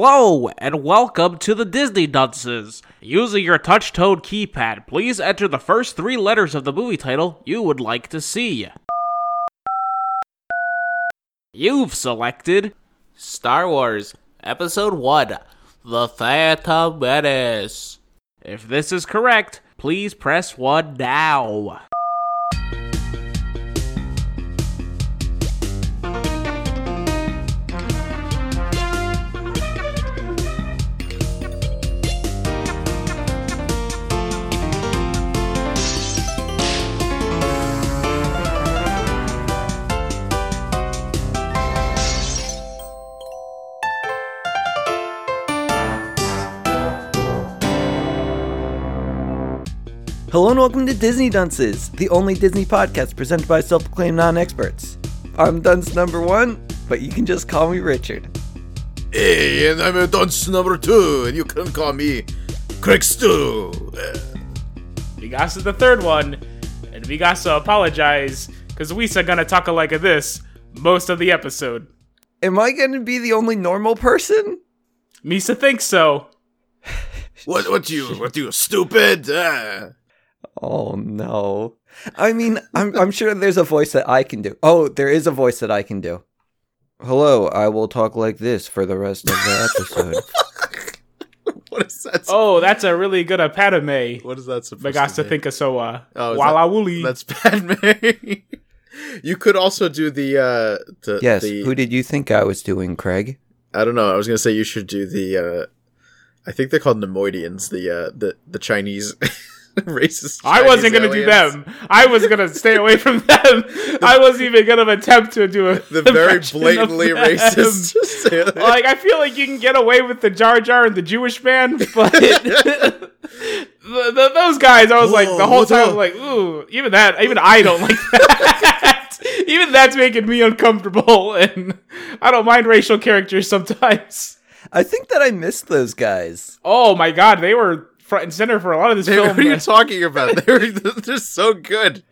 Hello, and welcome to the Disney Dunces. Using your touch tone keypad, please enter the first three letters of the movie title you would like to see. You've selected Star Wars Episode 1 The Phantom Menace. If this is correct, please press 1 now. Hello and welcome to Disney Dunces, the only Disney podcast presented by self proclaimed non experts. I'm dunce number one, but you can just call me Richard. Hey, and I'm a dunce number two, and you can call me Crick Stew. Vigasa the third one, and Vigasa apologize because we're gonna talk like this most of the episode. Am I going to be the only normal person? Misa thinks so. What? What you? What you? Stupid. Ah. Oh no. I mean, I'm, I'm sure there's a voice that I can do. Oh, there is a voice that I can do. Hello, I will talk like this for the rest of the episode. what is that? Oh, that's a really good a Padme. What is that supposed to Vigasa be? think soa. Oh, is Wala Wooly. That's Padme. you could also do the. uh the, yes, the- who did you think I was doing, Craig? I don't know. I was gonna say you should do the. uh I think they're called Nemoidians. The uh the the Chinese racist. I wasn't Chinese gonna do aliens. them. I was gonna stay away from them. I wasn't even gonna attempt to do a The very impression of blatantly them. racist. Like I feel like you can get away with the Jar Jar and the Jewish man, but the, the, those guys, I was like Whoa, the whole what's time, up? like ooh, even that, even I don't like that. even that's making me uncomfortable, and I don't mind racial characters sometimes. I think that I missed those guys. Oh my god, they were front and center for a lot of this Dude, film. what are you talking about? They're, they're so good.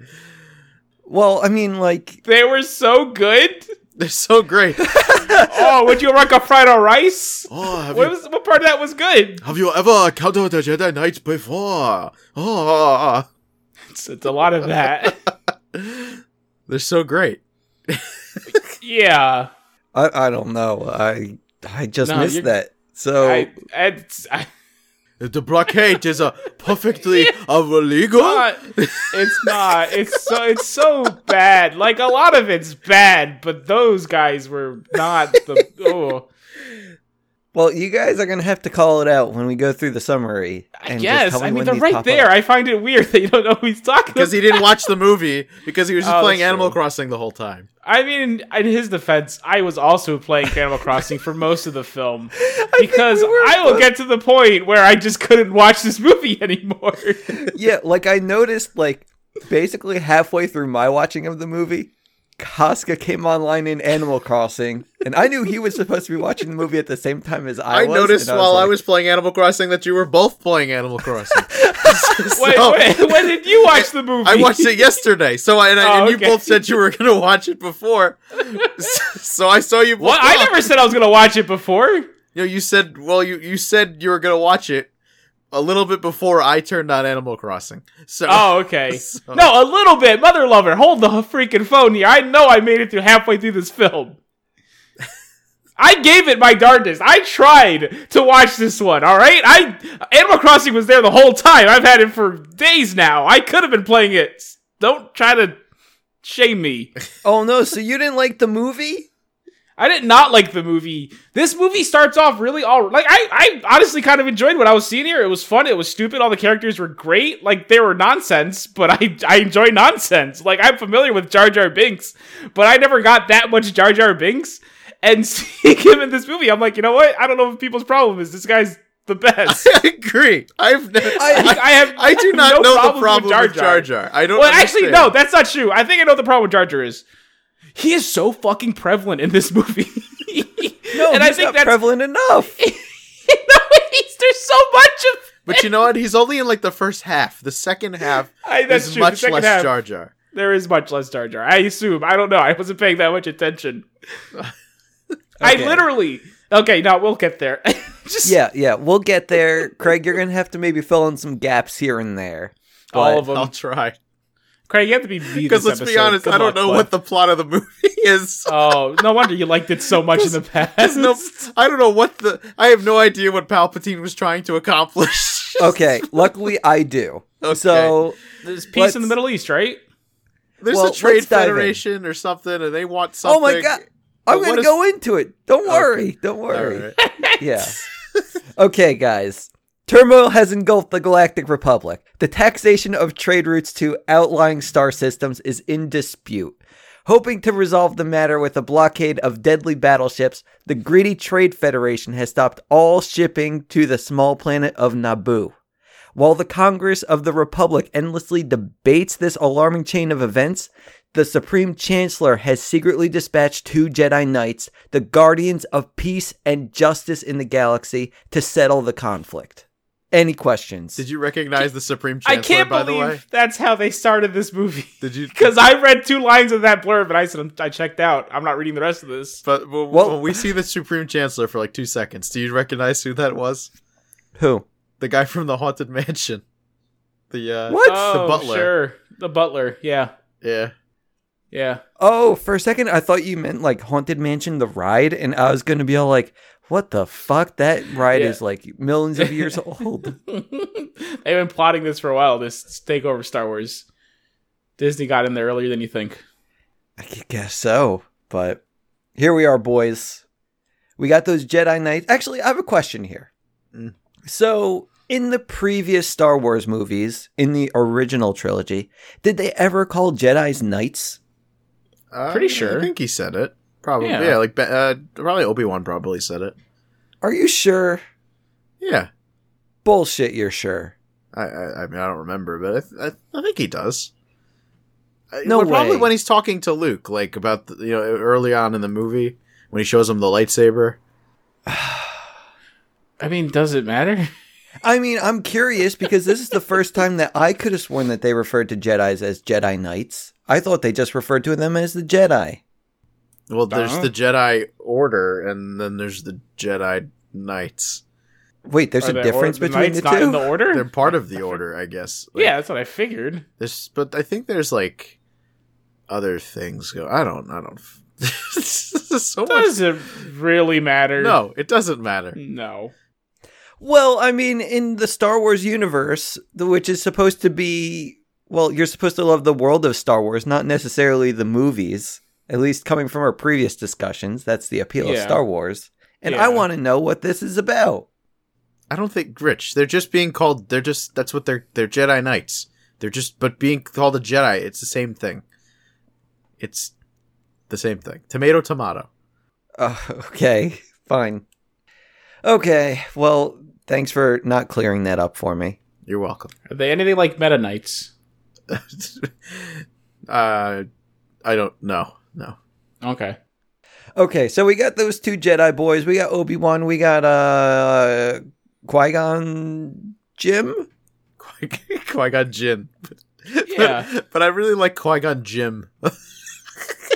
Well, I mean, like, they were so good. They're so great. Oh, would you rock a fried or rice? Oh, have What, you, was, what part of that was good? have you ever encountered a Jedi Knight before? Oh, It's, it's a lot of that. they're so great. yeah. I, I don't know. I I just No, missed you're- that. So I, I, I, The blockade is a perfectly illegal. not. It's not. It's so. It's so bad. Like a lot of it's bad, but those guys were not the. Oh, Well, you guys are gonna have to call it out when we go through the summary. I just guess. tell me I when mean, they're these right pop there. up. I find it weird that you don't know who he's talking Because about. he didn't watch the movie because he was just Oh, playing that's Animal true. Crossing the whole time. I mean, in his defense, I was also playing Animal Crossing for most of the film because we were I will both- get to the point where I just couldn't watch this movie anymore. yeah, like I noticed, like basically halfway through my watching of the movie, Casca came online in Animal Crossing, and I knew he was supposed to be watching the movie at the same time as I, I, was. and noticed while I like, was playing Animal Crossing that you were both playing Animal Crossing. Wait, So- wait, when did you watch the movie? I watched it yesterday, so I, and, I, Oh, and you okay. both said you were going to watch it before. so I saw you. Both What? I watch. never said I was gonna watch it before. You know, you said well, you you said you were gonna watch it a little bit before I turned on Animal Crossing. So Oh, okay. So- No, a little bit. Mother lover, hold the freaking phone here. I know I made it through halfway through this film. I gave it my darndest. I tried to watch this one, all right? I Animal Crossing was there the whole time. I've had it for days now. I could have been playing it. Don't try to shame me. Oh no! So you didn't like the movie? I did not like the movie. This movie starts off really all like I, I honestly kind of enjoyed what I was seeing here. It was fun. It was stupid. All the characters were great. Like they were nonsense, but I I enjoy nonsense. Like I'm familiar with Jar Jar Binks, but I never got that much Jar Jar Binks. And seeing him in this movie, I'm like, you know what? I don't know what people's problem is. This guy's the best. I agree. I've ne- Like, I, I have I do not no know problems the problem with Jar Jar. Jar. I don't. Well, actually, no, understand. that's not true. I think I know what the problem with Jar Jar is. He is so fucking prevalent in this movie. No, and he's I think not that's prevalent enough. you know, he's, there's so much of. But you know what? He's only in like the first half. The second half I, that's is true. the much second less half, Jar Jar. there is much less Jar Jar. I assume. I don't know. I wasn't paying that much attention. I Okay. literally. Okay, no, we'll get there. Just Yeah, yeah, we'll get there. Craig, you're gonna have to maybe fill in some gaps here and there. all of but- them. I'll try. Craig, you have to be me Because let's this be episode. honest, Good I don't luck, know bud. what the plot of the movie is. so Oh, no wonder you liked it so much in the past. there's no, I don't know what the. I have no idea what Palpatine was trying to accomplish. Okay, luckily I do. Okay. So There's peace Let's- in the Middle East, right? There's Well, a trade let's dive in. federation or something, and they want something. Oh my god. But I'm what gonna is- go into it. Don't Okay. worry. Don't All worry. right. Yeah. okay, guys. Turmoil has engulfed the Galactic Republic. The taxation of trade routes to outlying star systems is in dispute. Hoping to resolve the matter with a blockade of deadly battleships, the greedy Trade Federation has stopped all shipping to the small planet of Naboo. While the Congress of the Republic endlessly debates this alarming chain of events, the Supreme Chancellor has secretly dispatched two Jedi Knights, the guardians of peace and justice in the galaxy, to settle the conflict. Any questions? Did you recognize the Supreme Chancellor? I can't by the way, believe that's how they started this movie. did you? Because I read two lines of that blurb and I said, I'm- I checked out. I'm not reading the rest of this. But when, Well- when we see the Supreme Chancellor for like two seconds, do you recognize who that was? Who? The guy from the Haunted Mansion. The uh, What? oh, The butler. Sure. The butler. Yeah. Yeah. Yeah. Oh, for a second I thought you meant like Haunted Mansion the ride, and I was gonna be all like, what the fuck? That ride Yeah. is like millions of years old. They've been plotting this for a while, this takeover of Star Wars. Disney got in there earlier than you think. I guess so. But here we are, boys. We got those Jedi Knights. Actually, I have a question here. Mm. So, in the previous Star Wars movies, in the original trilogy, did they ever call Jedi's Knights? Uh, Pretty sure. I think he said it. Probably. Yeah. Yeah. like uh, probably Obi Wan probably said it. Are you sure? Yeah. Bullshit, you're sure. I I, I mean I don't remember, but I th- I, I think he does. I- No well, Probably way. when he's talking to Luke, like about the, you know early on in the movie when he shows him the lightsaber. I mean, does it matter? I mean, I'm curious because this is the first time that I could have sworn that they referred to Jedi's as Jedi Knights. I thought they just referred to them as the Jedi. Well, there's Uh-huh. the Jedi Order, and then there's the Jedi Knights. Wait, there's Are a the or- difference the between knights the not two? in the order? They're part of the Order, I guess. Like, yeah, that's what I figured. There's, but I think there's like other things go. I don't. I don't. this is so much. Does it really matter? No, it doesn't matter. No. Well, I mean, in the Star Wars universe, the- which is supposed to be, well, you're supposed to love the world of Star Wars, not necessarily the movies. At least coming from our previous discussions, that's the appeal of Yeah. Star Wars. And I Yeah. want to know what this is about. I don't think Rich. They're just being called. They're just. That's what they're. They're Jedi Knights. They're just. But being called a Jedi, it's the same thing. It's the same thing. Tomato, tomato. Uh, okay, fine. Okay, well, thanks for not clearing that up for me. You're welcome. Are they anything like Meta Knights? uh, I don't know. No. Okay. Okay, so we got those two Jedi boys. We got Obi Wan. We got uh, Qui Gon Jim. Qui Gon Jinn. But, Yeah. but, but I really like Qui Gon Jim.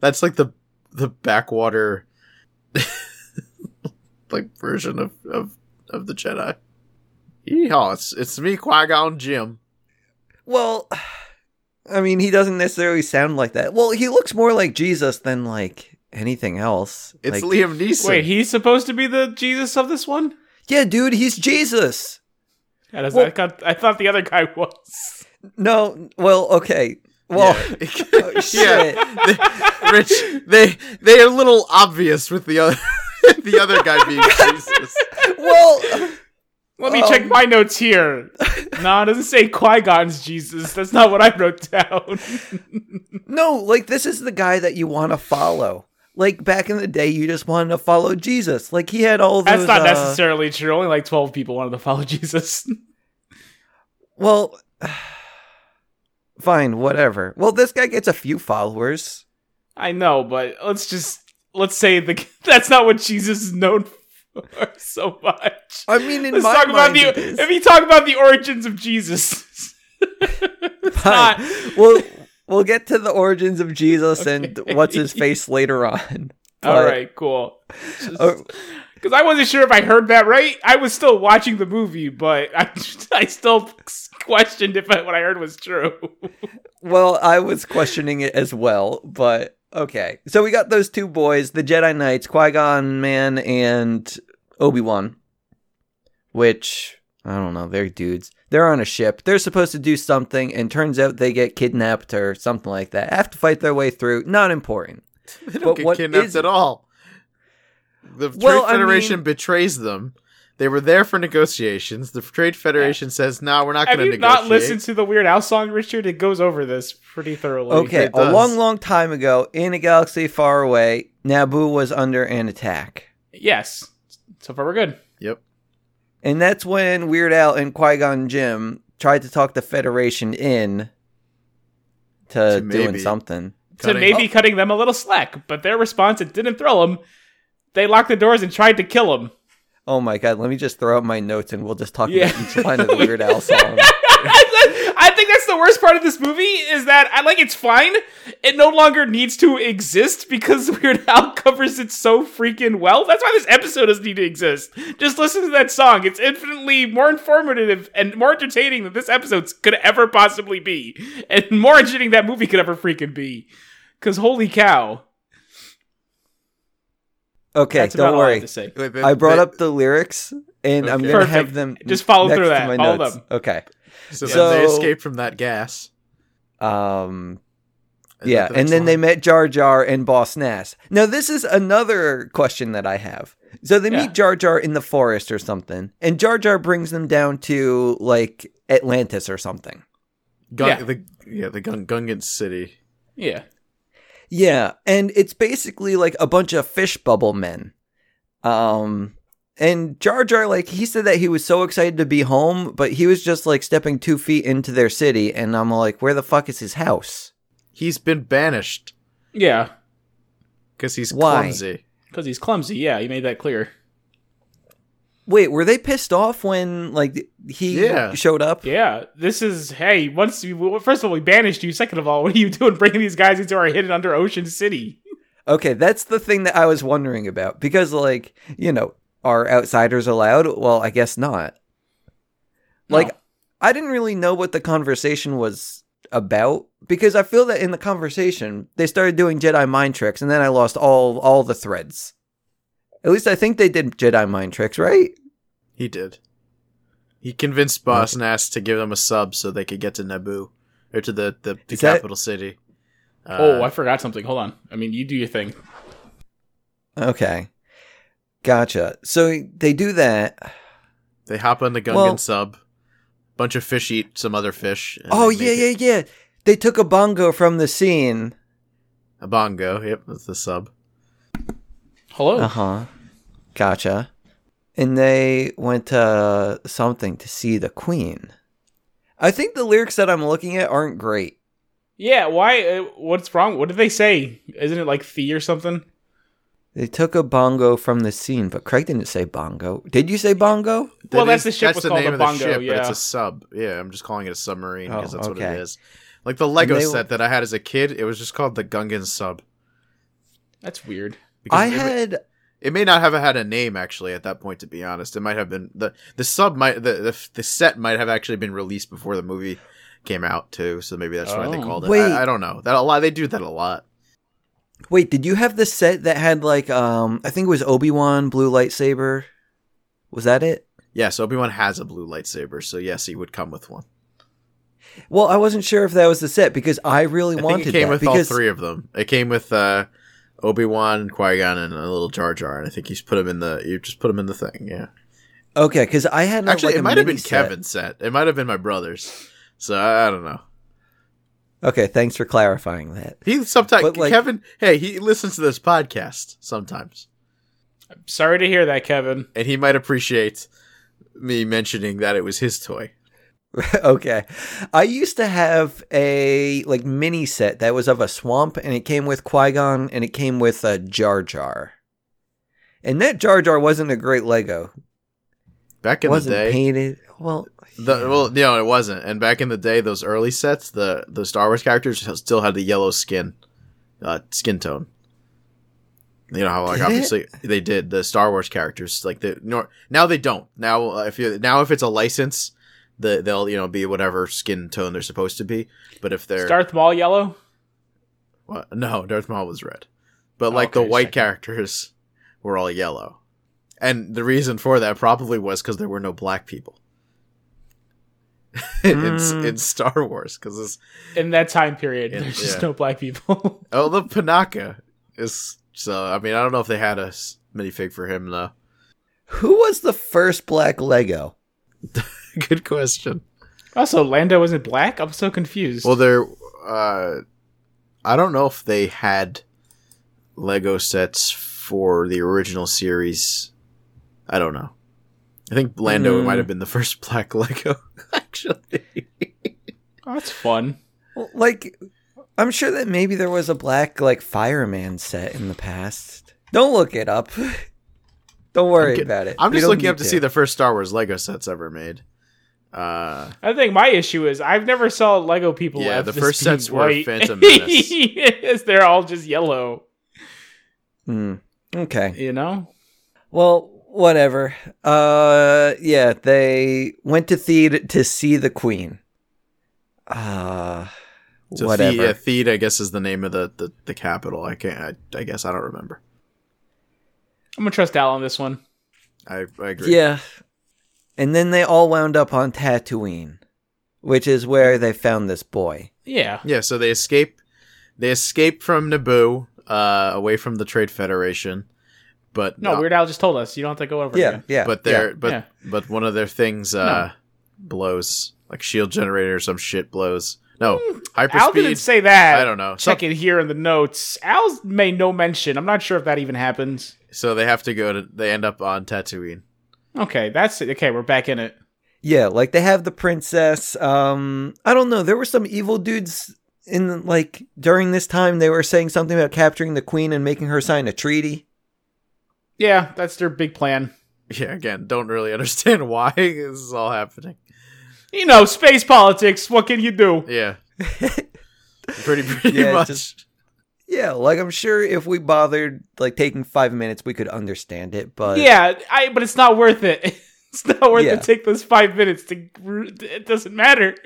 That's like the the backwater like version of, of, of the Jedi. Yeehaw! It's it's me, Qui Gon Jim. Well, I mean, he doesn't necessarily sound like that. Well, he looks more like Jesus than like anything else. It's like, Liam Neeson. Wait, he's supposed to be the Jesus of this one? yeah, dude, he's Jesus. That is, Well- I, thought, I thought the other guy was. No, well, okay, well, yeah. oh, shit. They- Rich, they they are a little obvious with the other the other guy being Jesus. well, Let me Um, check my notes here. nah, it doesn't say Qui Gon's Jesus. That's not what I wrote down. no, like this is the guy that you want to follow. Like back in the day, you just wanted to follow Jesus. Like he had all That's those. not uh, necessarily true. Only like 12 people wanted to follow Jesus. Well, fine, whatever. Well, this guy gets a few followers. I know, but let's just let's say the that's not what Jesus is known for so much. I mean, in let's my talk about mind, it the is. if you talk about the origins of Jesus. it's Fine. not we'll we'll get to the origins of Jesus and Okay. what's his face later on. All But- right, cool. Oh. Because I wasn't sure if I heard that right. I was still watching the movie, but I, I still questioned if I, what I heard was true. Well, I was questioning it as well, but okay. So we got those two boys, the Jedi Knights, Qui Gon Man, and Obi Wan. Which I don't know, they're dudes. They're on a ship. They're supposed to do something, and turns out they get kidnapped or something like that. Have to fight their way through. Not important. They don't But get what kidnapped is- at all. The Well, I Trade Federation mean- betrays them. They were there for negotiations. The Trade Federation says, "No, we're not Have going to you negotiate." not listened to the Weird Al song, Richard? It goes over this pretty thoroughly. Okay, it a does. long, long time ago, in a galaxy far away, Naboo was under an attack. Yes. So far, we're good. Yep. And that's when Weird Al and Qui Gon Jim tried to talk the Federation in to To doing maybe. something. So Cutting- maybe cutting them a little slack, but their response, it didn't thrill them. They locked the doors and tried to kill him. Oh my god, let me just throw out my notes and we'll just talk Yeah. about each line of the Weird Al song. I think that's the worst part of this movie is that I like it's fine. It no longer needs to exist because Weird Al covers it so freaking well. That's why this episode doesn't need to exist. Just listen to that song. It's infinitely more informative and more entertaining than this episode could ever possibly be, and more entertaining that movie could ever freaking be. Because holy cow! Okay, that's don't about all I have worry. to say. Wait, they- I brought they- up the lyrics and I'm Okay. gonna Perfect. have them Just follow next through to that. my Follow notes. them. Okay. So, So- then they escaped from that gas. Um Is yeah, that the and next then they line? met Jar Jar and Boss Nass. Now, this is another question that I have. So they Yeah. meet Jar Jar in the forest or something, and Jar Jar brings them down to like Atlantis or something. Gung- Yeah. the yeah the Gung- Gungan city. Yeah. Yeah, and it's basically like a bunch of fish bubble men. Um and Jar Jar like he said that he was so excited to be home, but he was just like stepping 2 feet into their city and I'm like where the fuck is his house? He's been banished Yeah. because he's Why? clumsy. Because he's clumsy. Yeah, you made that clear. Wait, were they pissed off when like he Yeah. showed up? Yeah, this is hey. Once you, well, first of all, we banished you. Second of all, what are you doing bringing these guys into our hidden under ocean city? Okay, that's the thing that I was wondering about because, like, you know, are outsiders allowed? Well, I guess not. Like, No. I didn't really know what the conversation was about because I feel that in the conversation they started doing Jedi mind tricks, and then I lost all all the threads. At least I think they did Jedi mind tricks, right? He did. He convinced Boss Nass to give them a sub so they could get to Naboo or to the the, the Is that- capital city. Uh, oh, I forgot something. Hold on. I mean, you do your thing. Okay, gotcha. So they do that. They hop on the Gungan Well- sub. Bunch of fish eat some other fish. and oh they make yeah, yeah, it yeah. They took a bongo from the scene. A bongo. Yep, that's the sub. Hello. Uh-huh. Uh huh. Gotcha. And they went to something to see the queen. I think the lyrics that I'm looking at aren't great. Yeah. Why? Uh, what's wrong? What did they say? Isn't it like fee or something? They took a bongo from the scene, but Craig didn't say bongo. Did you say bongo? Well, That that's the ship was called a bongo, but it's yeah. a sub. Yeah, I'm just calling it a submarine because Oh, that's what okay. it is. Like the Lego they- set that I had as a kid, it was just called the Gungan sub. That's weird. Because I it ma- had It may not have had a name actually at that point. To be honest, it might have been the the sub might the the, the set might have actually been released before the movie came out too. So maybe that's why they Oh. called it. Wait. I, I don't know. That a lot they do that a lot. wait. Did you have the set that had like um? I think it was Obi Wan blue lightsaber. Was that it? Yes, Obi Wan has a blue lightsaber, so yes, he would come with one. Well, I wasn't sure if that was the set because I really I wanted think it came that with because all three of them. It came with uh, Obi Wan, Qui Gon, and a little Jar Jar. And I think he's put him in the you just put him in the thing. Yeah, okay, because I had actually, like, a it might have mini been set. Kevin's set. It might have been my brother's. So I, I don't know. Okay, thanks for clarifying that. He sometimes But, like- Kevin. Hey, he listens to this podcast sometimes. Sorry to hear that, Kevin. and he might appreciate me mentioning that it was his toy. okay. I used to have a like mini set that was of a swamp and it came with Qui-Gon and it came with a Jar Jar. And that Jar Jar wasn't a great Lego. Back It in the wasn't day, painted. Well, the, well, no, it wasn't. And back in the day, those early sets, the the Star Wars characters still had the yellow skin, uh, skin tone. You know how like Did it? obviously they did the Star Wars characters like the nor, now they don't now uh, if you now if it's a license the, they'll you know be whatever skin tone they're supposed to be but if they're Darth Maul yellow. Well, no, Darth Maul was red, but Oh, like the okay, white second. characters were all yellow, and the reason for that probably was because there were no black people in s- Mm. Hmm. in Star Wars. Because In that time period, Yeah, there's just yeah. no black people. oh, the Panaka is so. I mean, I don't know if they had a s- minifig for him though. Who was the first black Lego? Good question. also, Lando wasn't black. I'm so confused. Well, there. Uh, I don't know if they had Lego sets for the original series. I don't know. I think Lando Hmm. might have been the first black Lego, actually. oh, that's fun. Well, like, I'm sure that maybe there was a black like fireman set in the past. Don't look it up. Don't worry get- about it. I'm We just don't looking need up to see the first Star Wars Lego sets ever made. Uh, I think my issue is I've never saw Lego people. Yeah, as the this first being sets were white. Phantom Menace. yes, they're all just yellow. Hmm. Okay. You know, Well, whatever. Uh, yeah, they went to theater to see the Queen. Uh, so whatever. The, yeah, Theed, I guess, is the name of the, the, the capital. I can't. I, I guess I don't remember. I'm gonna trust Al on this one. I, I agree. Yeah. And then they all wound up on Tatooine, which is where they found this boy. Yeah, Yeah, so they escape. They escape from Naboo, uh, away from the Trade Federation, but no, uh, Weird Al just told us you don't have to go over. Yeah, again. yeah. but yeah. their but yeah. but one of their things uh, blows, like shield generator, or some shit blows. No, Hmm, Al didn't hyperspeed. say that. I don't know. Check it here in the notes. Al's made no mention. I'm not sure if that even happens. So they have to go to. They end up on Tatooine. Okay, that's it. Okay, we're back in it. Yeah, like they have the princess. Um, I don't know. There were some evil dudes in like during this time. They were saying something about capturing the queen and making her sign a treaty. Yeah, that's their big plan. Yeah, again, don't really understand why this is all happening. You know, space politics. What can you do? Yeah, pretty pretty Yeah, much. just- yeah, like I'm sure if we bothered like taking five minutes, we could understand it. But yeah, I. But it's not worth it. It's not worth Yeah. it. Take those five minutes to. It doesn't matter.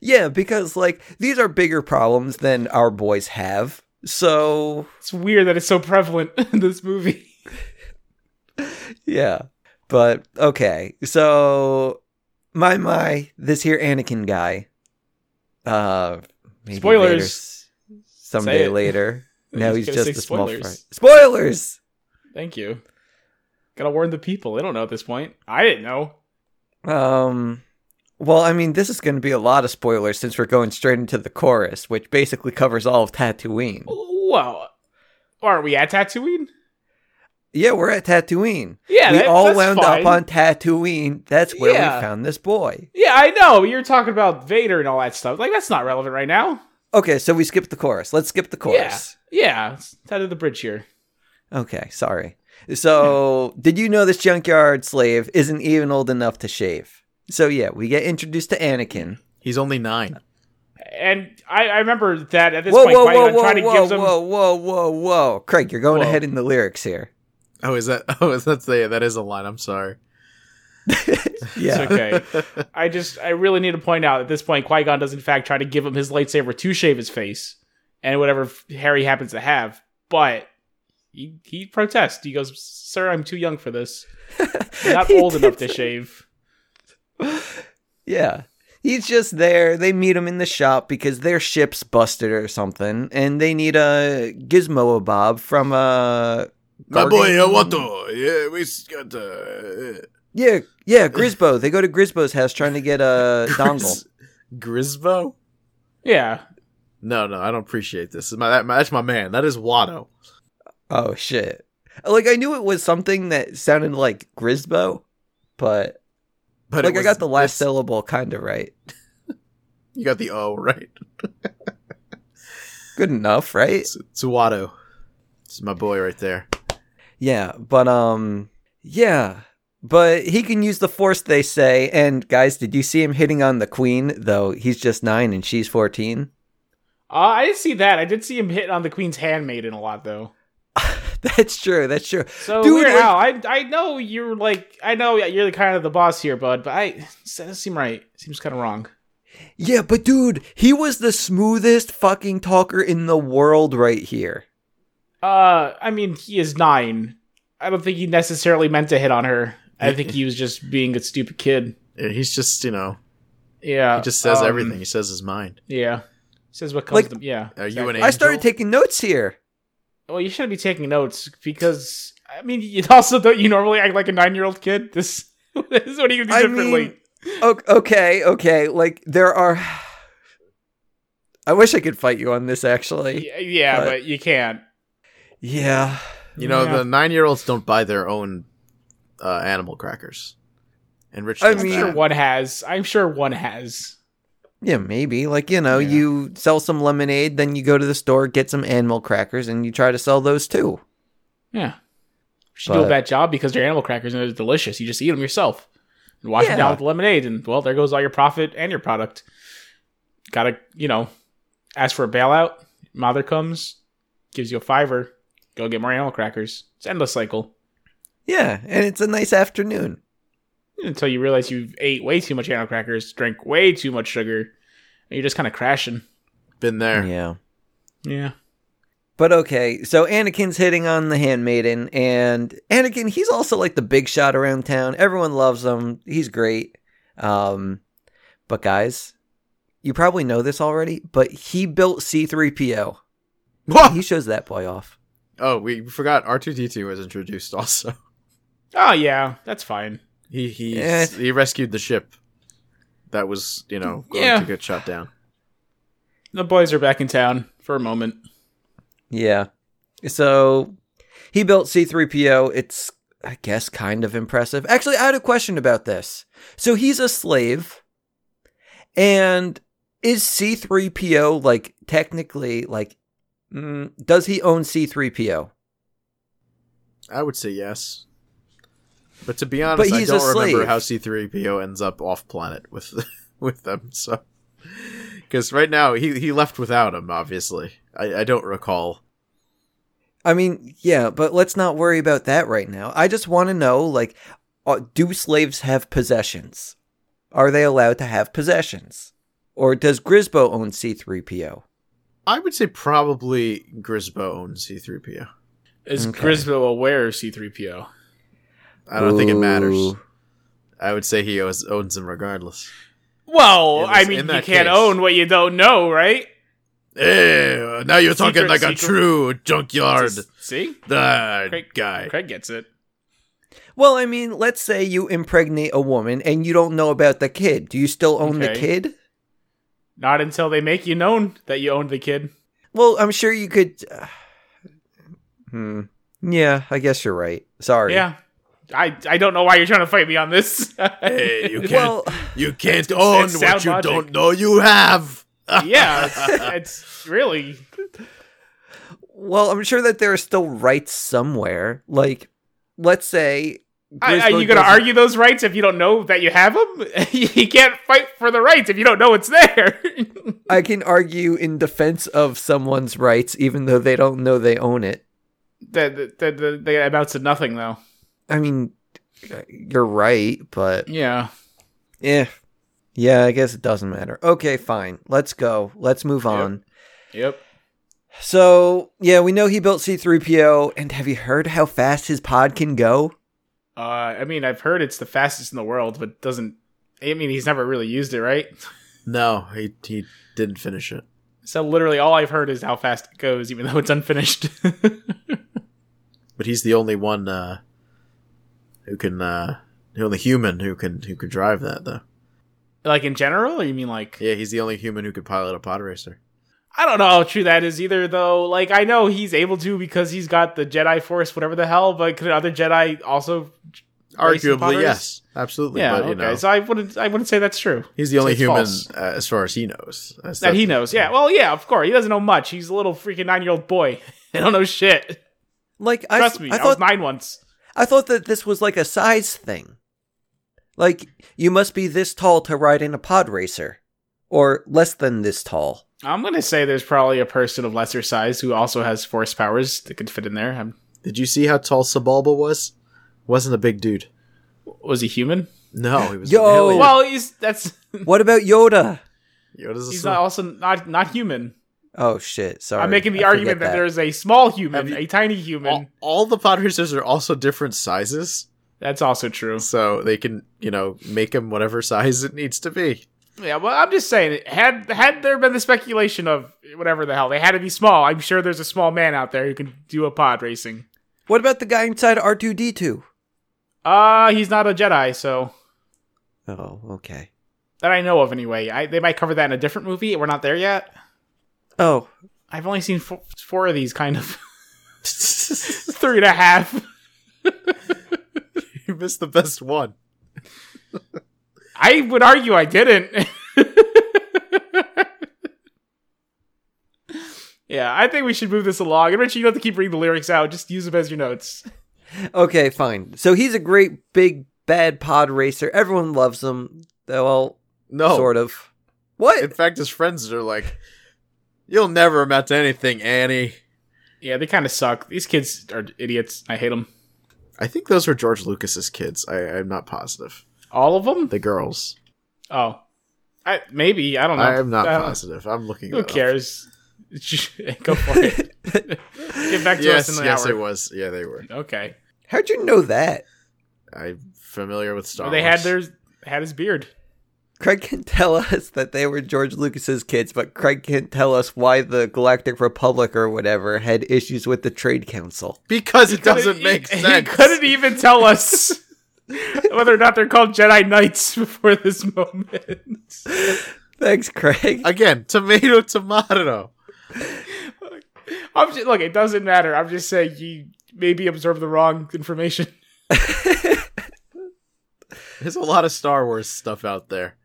yeah, because like these are bigger problems than our boys have. So It's weird that it's so prevalent in this movie. yeah, but okay. So my my, this here Anakin guy. Uh, maybe Spoilers. later s- Say someday it. later. Now he's gonna just say a small spoilers. fry. Spoilers. Thank you. Gotta warn the people. They don't know at this point. I didn't know. Um, well, I mean, this is going to be a lot of spoilers since we're going straight into the chorus, which basically covers all of Tatooine. Well, aren't we at Tatooine? Yeah, we're at Tatooine. Yeah, we that- all that's wound fine. up on Tatooine. That's where Yeah. we found this boy. Yeah, I know. You're talking about Vader and all that stuff. Like that's not relevant right now. Okay, so we skipped the chorus. Let's skip the chorus. Yeah, it's out of the bridge here. Okay, sorry. So, did you know this junkyard slave isn't even old enough to shave? So yeah, we get introduced to Anakin. He's only nine. And I, I remember that at this Whoa, point, whoa, whoa, Qui-Gon whoa, tried to whoa, give them. whoa, whoa, whoa, whoa! Craig, you're going Whoa. ahead in the lyrics here. Oh, is that? Oh, is that? Yeah, that is a line. I'm sorry. Yeah. It's okay. I just I really need to point out at this point, Qui Gon does in fact try to give him his lightsaber to shave his face and whatever f- hair he happens to have, but he he protests. He goes, "Sir, I'm too young for this. I'm not He old did enough to shave." Yeah. He's just there. They meet him in the shop because their ship's busted or something, and they need a Gizmo Bob from uh My Gargan- boy Awato. Yeah, we s- got uh, Yeah, yeah, Grisbo. They go to Grisbo's house trying to get a dongle. uh, Grisbo. Yeah, No, no, I don't appreciate this. Is my, that, my that's my man. That is Watto. Oh shit! Like I knew it was something that sounded like Grisbo, but, But it like I was- got the last it's- syllable kind of right. You got the O right. Good enough, right? It's, it's Watto. It's my boy right there. Yeah, but um, yeah, but he can use the force. They say, and guys, did you see him hitting on the queen? Though he's just nine and she's fourteen. uh, I didn't see that. I did see him hit on the Queen's handmaiden a lot though. That's true. That's true. So Dude, Weird like- Al, I I know you're like I know you're the kind of the boss here, bud. But I it doesn't seem right. It seems kind of wrong. Yeah, but dude, he was the smoothest fucking talker in the world right here. Uh, I mean, he is nine. I don't think he necessarily meant to hit on her. I think he was just being a stupid kid. Yeah, He's just, you know, Yeah, Uh, he just says um, everything. He says his mind. Yeah, says what comes. Like- to, yeah, Are you an exactly. I started Angel? taking notes here. Well, you shouldn't be taking notes because I mean, you also don't you normally act like a nine-year-old kid? This, this is what you do I differently. mean, o- okay, okay. Like there are. I wish I could fight you on this. Actually, yeah, yeah, but- but, you can't. yeah. You know, Yeah. the nine year olds don't buy their own uh, animal crackers. And Rich, I knows mean- that. Sure, one has. I'm sure one has. Yeah, maybe. Like, you know, Yeah. you sell some lemonade, then you go to the store, get some animal crackers, and you try to sell those too. Yeah. She do But- a bad job because they're animal crackers and they're delicious. You just eat them yourself and wash Yeah. them down with lemonade, and well, there goes all your profit and your product. Gotta, you know, ask for a bailout. Mother comes, gives you a fiver. Go get more animal crackers. It's an endless cycle Yeah, and it's a nice afternoon. until you realize you ate way too much animal crackers, drank way too much sugar, and you're just kind of crashing. Been there. Yeah. Yeah. But okay, so Anakin's hitting on the handmaiden, and Anakin, he's also like the big shot around town. Everyone loves him. He's great. Um, but guys, you probably know this already, but he built C3PO. He shows that boy off. Oh, we forgot R two D two was introduced also. Oh yeah, that's fine. He he Eh. he rescued the ship that was you know going Yeah. to get shot down. The boys are back in town for a moment. Yeah. So he built C3PO. It's, I guess, kind of impressive. Actually, I had a question about this. So he's a slave. And is C3PO like technically like mm, does he own C3PO? I would say yes, but to be honest, I he's don't a remember slave. how C three PO ends up off planet with with them. So because right now he he left without him. Obviously, I, I don't recall. I mean, yeah, but let's not worry about that right now. I just want to know like uh, do slaves have possessions? Are they allowed to have possessions? Or does Grisbo own C3PO? I would say probably Grisbo owns C three PO. Is Okay. Grisbo aware of C3PO? I don't think it matters. Ooh. I would say he owns, owns him regardless. Well, In I this- mean, in you that can't case. own what you don't know, right? Eh, now you're talking Secret- like a secret- true junkyard. Just- see, uh, Craig- guy. Craig gets it. Well, I mean, let's say you impregnate a woman and you don't know about the kid. Do you still own the Okay. kid? Not until they make you known that you owned the kid. Well, I'm sure you could. hmm. Yeah, I guess you're right. Sorry. Yeah, I I don't know why you're trying to fight me on this. Hey, you can't, Well, you can't it's own what sound you logic. don't know you have. yeah, it's, it's really well, I'm sure that there are still rights somewhere. Like, let's say. I, are Griswold you going to doesn't- argue those rights if you don't know that you have them? you can't fight for the rights if you don't know it's there. I can argue in defense of someone's rights, even though they don't know they own it. that, that, that, that, that amounts to nothing, though. I mean, you're right, but Yeah, yeah, Eh. yeah. I guess it doesn't matter. Okay, fine. Let's go. Let's move on. yep. So, yeah, we know he built C3PO, and have you heard how fast his pod can go? Uh, I mean, I've heard it's the fastest in the world, but doesn't. I mean, he's never really used it, right? No, he he didn't finish it. So literally, all I've heard is how fast it goes, even though it's unfinished. But he's the only one uh, who can, uh, the only human who can who can drive that though. like in general, or you mean like Yeah, he's the only human who could pilot a pod racer. I don't know how true that is either, though. Like I know he's able to because he's got the Jedi Force, whatever the hell. But could other Jedi also? Racing pod Arguably, race? yes, absolutely. Yeah. but, you okay. know, So I wouldn't. I wouldn't say that's true. he's the only it's human false. uh, as far as he knows. Uh, That's- That he knows. Yeah. Well, yeah. Of course, he doesn't know much. He's a little freaking nine-year-old boy. I don't know shit. Like, I, Trust me. I I was thought nine once. I thought that this was like a size thing. Like, you must be this tall to ride in a pod racer, or less than this tall. I'm gonna say there's probably a person of lesser size who also has force powers that could fit in there. I'm, Did you see how tall Sebulba was? Wasn't a big dude. Was he human? No, he was. Yo! an alien. Well, he's that's What about Yoda? Yoda's a he's son. not also not not human. Oh shit! Sorry, I'm making the I forget argument that. there is a small human, Have you- a tiny human. all, all the pod racers are also different sizes, That's also true. so they can you know make him whatever size it needs to be. Yeah, well, I'm just saying, had had there been the speculation of whatever the hell they had to be small, I'm sure there's a small man out there who can do a pod racing. What about the guy inside R two D two? Uh, he's not a Jedi, so Oh, okay. that I know of anyway. I, they might cover that in a different movie. We're not there yet. Oh, I've only seen four, four of these, kind of three and a half. you missed the best one. I would argue I didn't. yeah, I think we should move this along. And Richie, you don't have to keep reading the lyrics out. Just use them as your notes. okay, fine. So he's a great big bad pod racer. Everyone loves him. Well, No, sort of. What? in fact, his friends are like, "You'll never amount to anything, Annie." Yeah, they kind of suck. These kids are idiots. I hate them. I think those were George Lucas's kids. I, I'm not positive. All of them? The girls. Oh, I, maybe I don't know. I am not I don't- positive. I'm looking. Who that up. cares? Go for it. Get back to Yes, us in an yes, hour. it was. Yeah, they were. Okay. How'd you know that? I'm familiar with Star. Well, they Wars. had their had his beard. Craig can tell us that they were George Lucas's kids, but Craig can't tell us why the Galactic Republic or whatever had issues with the Trade Council. because it doesn't He- make he, sense. couldn't even tell us whether or not they're called Jedi Knights before this moment. Thanks, Craig. Again, tomato, tomato. I'm just, look, it doesn't matter. I'm just saying you maybe absorb the wrong information. There's a lot of Star Wars stuff out there.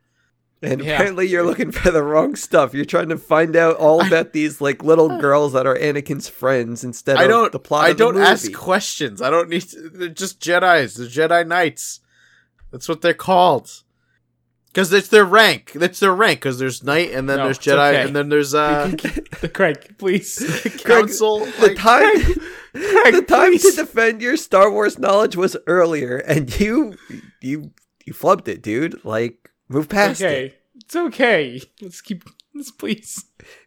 And Yeah. apparently, you're looking for the wrong stuff. You're trying to find out all about these like little girls that are Anakin's friends instead I don't. of the plot. I of the don't ask movie. questions. I don't need. To, they're just Jedi's. They're Jedi Knights. That's what they're called. Because it's their rank. That's their rank. Because there's knight, and then No, there's it's Jedi, okay. and then there's uh the Craig, please. council. The like- time, Craig, the time please. to defend your Star Wars knowledge was earlier, and you, you, you flubbed it, dude. Like, move past it. okay. It's okay. Let's keep let's please.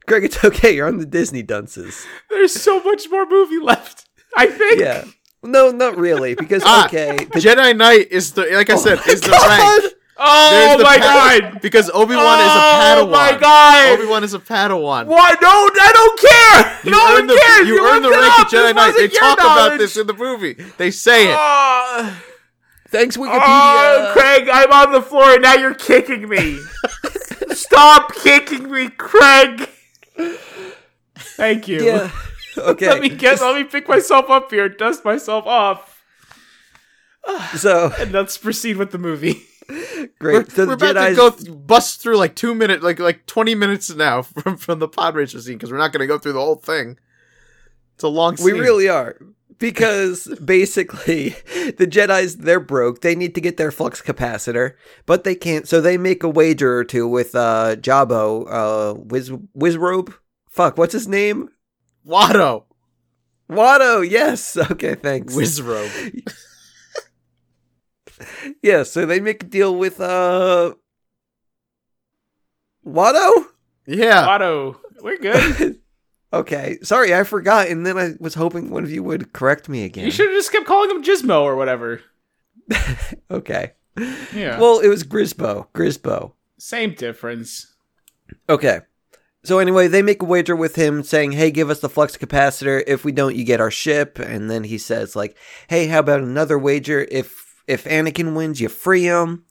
Greg, it's okay. You're on the Disney dunces. There's so much more movie left. I think. Yeah. No, not really, because Ah, okay, the Oh Jedi Knight is the like I said is the God! rank. There's Oh the my pa- god. Because Obi Wan Oh is a Padawan. my god. Obi Wan is a Padawan. Why? No, I don't care. You no one earned the cares. you, You earned the looked it rank of up. Jedi This Knight. They wasn't your talk about knowledge. this in the movie. They say it. Oh, thanks Wikipedia. oh, Craig, I'm on the floor and now you're kicking me. Stop kicking me, Craig. Thank you. yeah. Okay. Let me get. Let me pick myself up here, dust myself off, so and let's proceed with the movie. great. so we're the about Jedi's to go th- bust through like two minutes, like like twenty minutes now from from the pod racer scene because we're not going to go through the whole thing. It's a long. we scene. really are. Because basically the Jedi's they're broke. They need to get their flux capacitor, but they can't so they make a wager or two with uh Jabbo, uh Wiz Wizrobe. Fuck, what's his name? Watto Watto, yes. Okay, thanks. Wizrobe. yeah, so they make a deal with uh Watto? Yeah, Otto, we're good. okay. Sorry, I forgot, and then I was hoping one of you would correct me again. You should have just kept calling him Gizmo or whatever. Okay. Yeah. Well, it was Grisbo. Grisbo. Same difference. Okay. So anyway, they make a wager with him saying, "Hey, give us the flux capacitor. If we don't, you get our ship." And then he says like, "Hey, how about another wager? If if Anakin wins, you free him,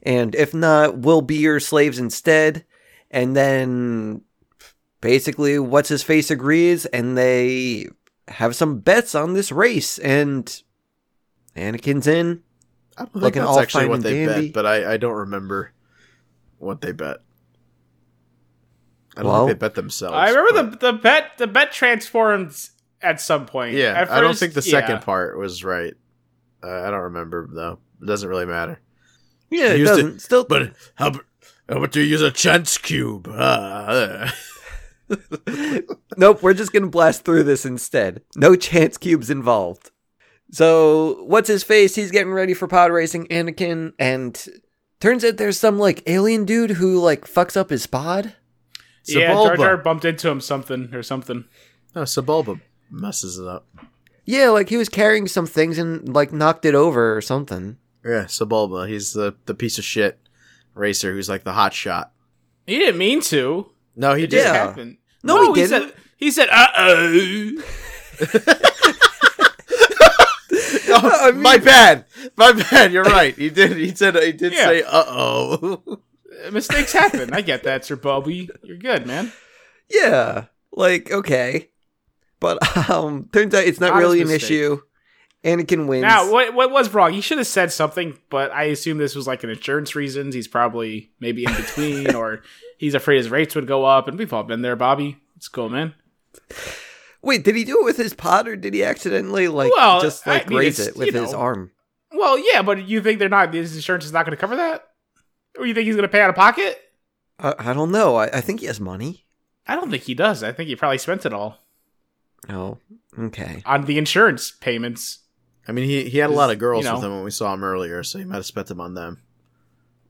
and if not, we'll be your slaves instead." And then basically what's his face agrees and they have some bets on this race and Anakin's in. I don't think Looking that's all actually fine what and they dandy. bet, but I I don't remember what they bet. I don't Well- think they bet themselves. I remember but- the the bet the bet transforms at some point. Yeah, At I don't first, think the yeah. second part was right. Uh, I don't remember though. It doesn't really matter. Yeah, it Used it, doesn't still how? How about you use a chance cube? Ah, Uh, nope, we're just going to blast through this instead. No chance cubes involved. So, what's his face? He's getting ready for pod racing Anakin, and turns out there's some like alien dude who like fucks up his pod. Yeah, Jar Sebulba. Jar bumped into him something or something. No, Oh, Sebulba messes it up. Yeah, like he was carrying some things and like knocked it over or something. Yeah, Sebulba. He's the, the piece of shit racer who's like the hot shot. He didn't mean to. No, he It just did. Yeah. happened. No, he said he said uh oh. Oh, I mean- my bad. My bad. You're right. He did. He said. He did Yeah. say. Uh oh. Mistakes happen. I get that, Sir Bobby. You're good, man. Yeah, like okay, but um, turns out it's not Honest really an mistake. issue. Anakin wins. Now, what what was wrong? He should have said something, but I assume this was like an insurance reasons. He's probably maybe in between, or he's afraid his rates would go up. And we've all been there, Bobby. It's cool, man. Wait, did he do it with his pod or did he accidentally like Well, just I like mean, raise it's- it with you his know. arm? Well, yeah, but you think they're not? His insurance is not going to cover that, or you think he's going to pay out of pocket? I, I don't know. I, I think he has money. I don't think he does. I think he probably spent it all Oh, okay. on the insurance payments. I mean, he he had a lot of girls You know. with him when we saw him earlier, so he might have spent them on them.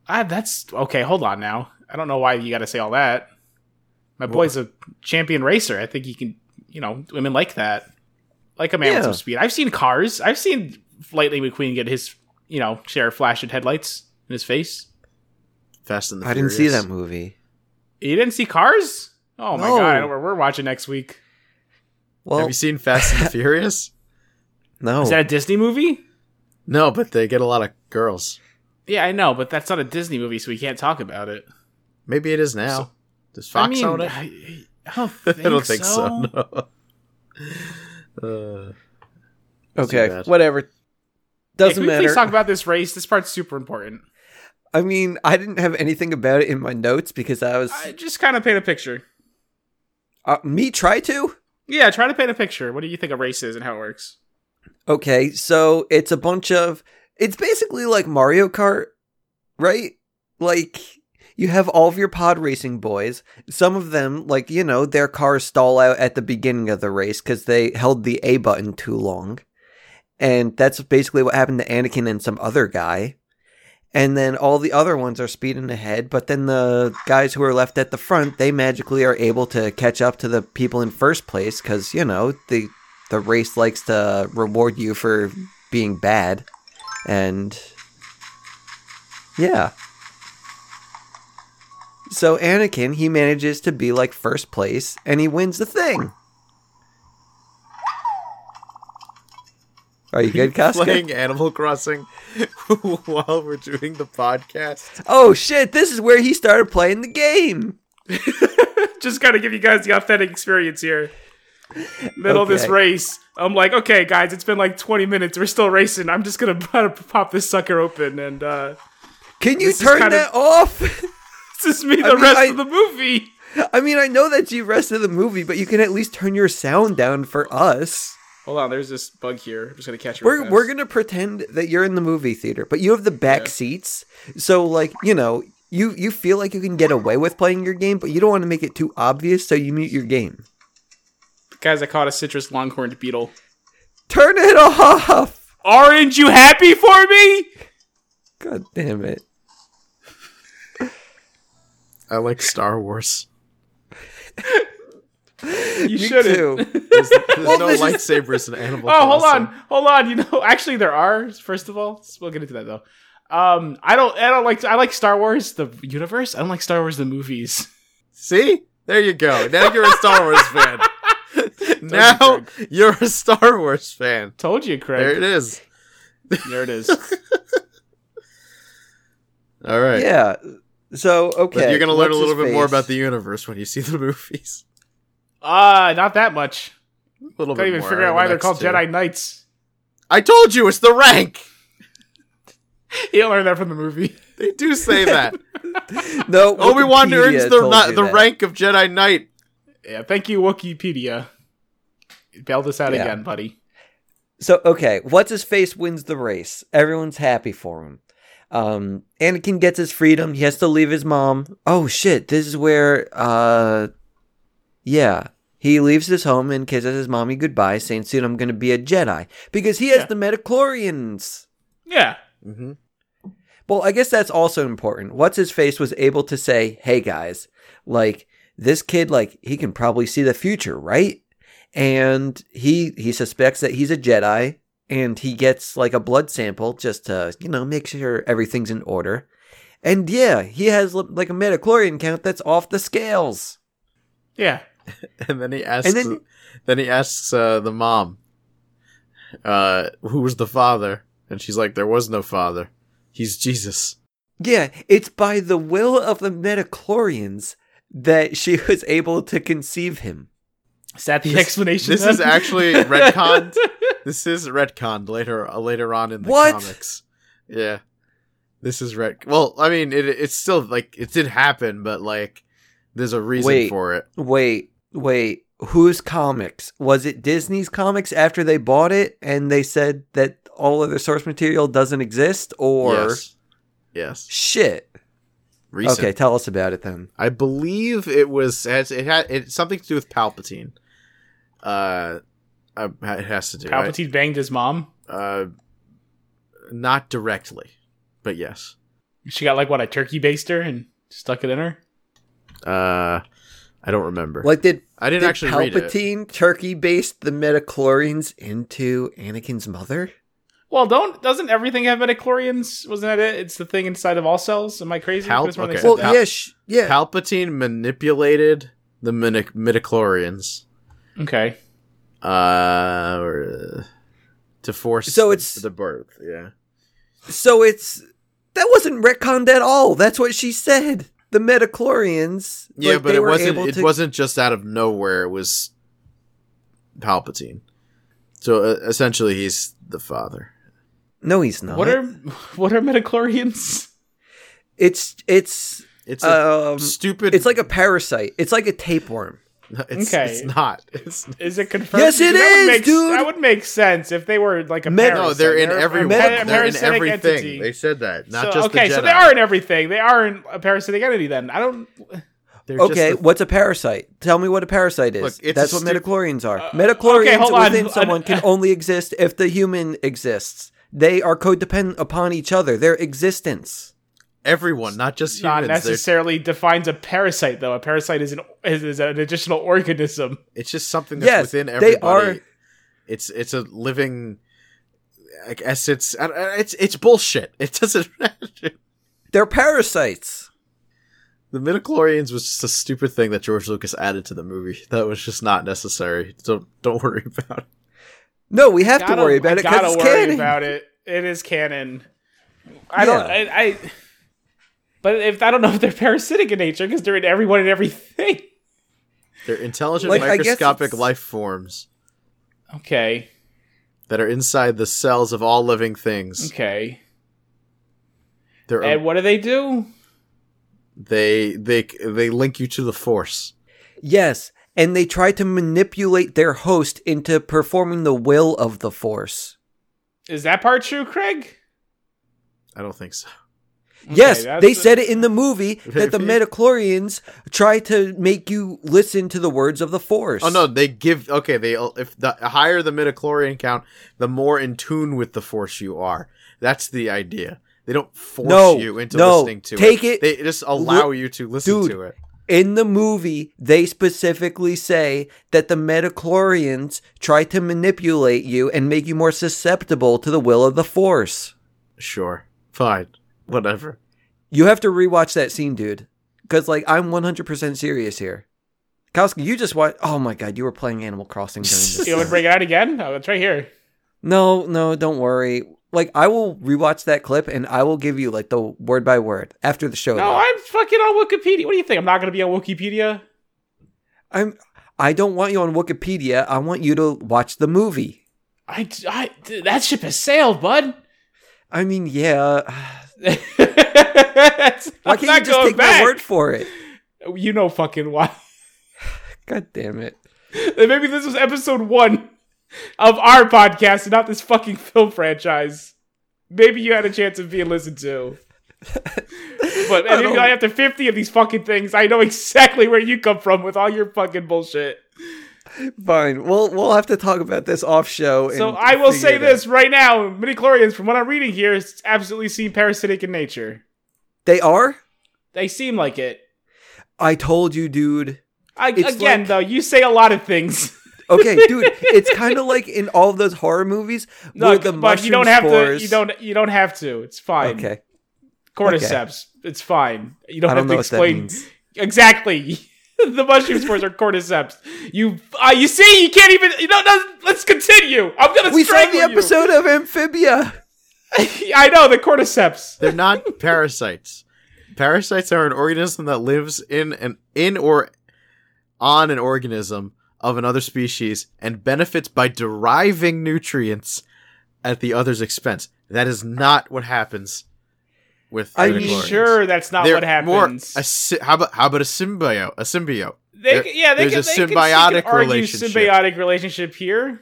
Ah, that's okay. Hold on now. I don't know why you got to say all that. My boy's a champion racer. I think he can. You know, women like that. Like a man with Yeah. some speed. I've seen cars. I've seen Lightning McQueen get his, you know, share of flashing headlights in his face. Fast and the I didn't see Furious. that movie. You didn't see cars? Oh my No. god! We're, we're watching next week. Well, Have you seen Fast and the Furious? no. Is that a Disney movie? No, but they get a lot of girls. Yeah, I know, but that's not a Disney movie, so we can't talk about it. Maybe it is now. So- Does Fox I mean, own it? I, I don't I think, don't think so. so. No. uh, too okay, bad. whatever. Yeah, Doesn't can we matter. please talk about this race? This part's super important. I mean, I didn't have anything about it in my notes because I was I just kind of paint a picture. uh, me try to. Yeah, try to paint a picture. What do you think a race is and how it works? Okay, so it's a bunch of it's basically like Mario Kart, right? Like you have all of your pod racing boys. Some of them, like you know, their cars stall out at the beginning of the race because they held the A button too long, and that's basically what happened to Anakin and some other guy. And then all the other ones are speeding ahead, but then the guys who are left at the front, they magically are able to catch up to the people in first place because you know the the race likes to reward you for being bad and yeah so anakin he manages to be like first place and he wins the thing are you good Casca? Playing Animal Crossing while we're doing the podcast. oh shit this is where he started playing the game just gotta give you guys the authentic experience here. Middle of this Okay. race, I'm like, okay, guys, it's been like 20 minutes. We're still racing. I'm just gonna try to pop this sucker open, and uh, can you This is turn kind of- that off this is me the mean, rest I- of the movie. i mean i know that's you rest of the movie but you can at least turn your sound down for us Hold on, there's this bug here. I'm just gonna catch it. real We're fast. we're gonna pretend that you're in the movie theater, but you have the back Yeah. seats, so like you know you you feel like you can get away with playing your game, but you don't want to make it too obvious, so you mute your game. guys. I caught a citrus longhorned beetle. Turn it off! Orange, you happy for me? God damn it! I like Star Wars. You Me shouldn't. too. There's, there's no this is- lightsabers in Animal Oh, hold Crossing. on, hold on. You know, actually, there are. First of all, we'll get into that though. Um, I don't, I don't like, I like Star Wars the universe. I don't like Star Wars the movies. See? There you go. Now you're a Star Wars fan. now Told you're a Star Wars fan. Told you, There Craig. it is. There it is. All right. Yeah. So okay, But you're going to learn a what's little his bit more face? about the universe when you see the movies. Ah, not that much. A little Couldn't bit even more figure out over why the they're next called two. Jedi Knights. I told you it's the rank. You learned that from the movie. They do say that. no Obi Wan Wikipedia earns the told ra- you the that. rank of Jedi Knight. Yeah, thank you, Wikipedia. Bail this out Yeah. again, buddy. So okay, what's his face wins the race. Everyone's happy for him. Um, Anakin gets his freedom. He has to leave his mom. Oh shit! This is where uh, Yeah. He leaves his home and kisses his mommy goodbye, saying, Soon I'm going to be a Jedi. Because he has Yeah. the Metachlorians. Yeah. Mm-hmm. Well, I guess that's also important. What's his face was able to say, "Hey guys, like this kid, like he can probably see the future, right?" And he he suspects that he's a Jedi, and he gets like a blood sample just to you know make sure everything's in order. And yeah, he has l- like a metachlorian count that's off the scales. Yeah. And then he asks. then- then, he asks uh, the mom, uh, "Who was the father?" And she's like, "There was no father. He's Jesus." Yeah, it's by the will of the metachlorians that she was able to conceive him. Is that the This- explanation? This then? is actually retconned. this is retconned later uh, later on in the What? comics. Yeah. This is ret. Well, I mean, it it's still like it did happen, but like there's a reason Wait. for it. Wait, wait. Whose comics? Was it Disney's comics after they bought it and they said that all of the source material doesn't exist or yes. Yes. shit? Recent. Okay, tell us about it then. I believe it was has- it had it something to do with Palpatine. Uh uh, it has to do. right? Palpatine banged his mom. Uh not directly, but yes. She got like what a turkey baster and stuck it in her. Uh I don't remember. Like did, I did didn't actually read it. Palpatine turkey based the metachlorians into Anakin's mother? Well, don't doesn't everything have metachlorians? Wasn't that it? It's the thing inside of all cells. Am I crazy? How- That's when they okay. said Well, that. Pal- yeah, sh- yeah. Palpatine manipulated the midi- midichlorians okay. uh, or, uh, to force So the- it's- the birth. Yeah. so it's that wasn't retconned at all. That's what she said. The metachlorians. Yeah, like, but they it were wasn't able it to- wasn't just out of nowhere. It was Palpatine. So uh, essentially he's the father. No, he's not. What are what are metachlorians? It's it's It's a um, stupid It's like a parasite. It's like a tapeworm. it's, okay. it's not. It's Is it confirmed? Yes, it That would is, make- dude! That would make sense if they were like a Met- parasite. no, they're in a everyone. par- They're in parasitic everything. entity. They said that, not So- just okay, the Jedi. so they are in everything. They are in a parasitic entity. Then I don't. They're just Okay, the- what's a parasite? Tell me what a parasite is. Look, it's That's a what stu- metachlorians are. Uh, metachlorians okay, hold on. within someone can only exist if the human exists. They are codependent upon each other. Their existence. everyone, not just not humans. They're- necessarily defines a parasite though. A parasite is an is, is an additional organism. It's just something that's Yes, within they everybody. are- It's it's a living like essence. I- I- It's it's bullshit. It doesn't matter. They're parasites. The midichlorians was just a stupid thing that George Lucas added to the movie. That was just not necessary. Don't don't worry about it. No, we have Gotta- to worry about it I gotta because it's worry canon. about it. It is canon. I don't. Yeah. I, I. But if I don't know if they're parasitic in nature because they're in everyone and everything. They're intelligent Like, I guess microscopic it's- life forms Okay. that are inside the cells of all living things. Okay. They're And what do they do? they they they link you to the force. Yes, and they try to manipulate their host into performing the will of the Force. Is that part true, Craig? I don't think so. Yes, that's they a- said it in the movie that the Maybe. metachlorians try to make you listen to the words of the Force. Oh no, they give okay, they if the higher the midichlorian count, the more in tune with the force you are. That's the idea. They don't force No, you into no, listening to take it- it. They just allow Look- you to listen dude. to it. In the movie, they specifically say that the metachlorians try to manipulate you and make you more susceptible to the will of the Force. Sure. Fine. Whatever. You have to rewatch that scene, dude, because like I'm 100% serious here. Kowski, you just watched. Oh my god, you were playing Animal Crossing during this. You want to bring it out again? Oh, it's right here. No, no, don't worry. Like I will rewatch that clip and I will give you like the word by word after the show. No, I'm fucking on Wikipedia. What do you think? I'm not going to be on Wikipedia. I'm I don't want you on Wikipedia. I want you to watch the movie. I, I that ship has sailed, bud. I mean, yeah. That's, Why I'm can't not you just going take back. my word for it? You know fucking why. God damn it. Maybe this was episode one of our podcast and not this fucking film franchise. Maybe you had a chance of being listened to. But and if you have to 50 of these fucking things, I know exactly where you come from with all your fucking bullshit. Fine. We'll we'll have to talk about this off show. So and I will figure it say out. this right now, midichlorians, from what I'm reading here, it's absolutely seem parasitic in nature. They are. They seem like it. I told you, dude. I, It's again, like- though, you say a lot of things. Okay, dude. it's kind of like in all of those horror movies where Look, the but mushroom you don't have spores. to. You don't. You don't have to. It's fine. Okay. Cordyceps. It's fine. You don't I don't have know to what that explain means. exactly. the mushroom spores are cordyceps. You. Uh, you see, you can't even. You don't. No, let's continue. I'm gonna We saw strangle the episode of Amphibia. You. I know the cordyceps. They're not parasites. Parasites are an organism that lives in an in or on an organism of another species and benefits by deriving nutrients at the other's expense. That is not what happens with Are you Are you unicorns. sure that's not They're what more a happens? sy- how about how about a symbiote? A symbiote, they, there- c- yeah, they there's can, a they can- they can symbiotic argue relationship. Symbiotic relationship here,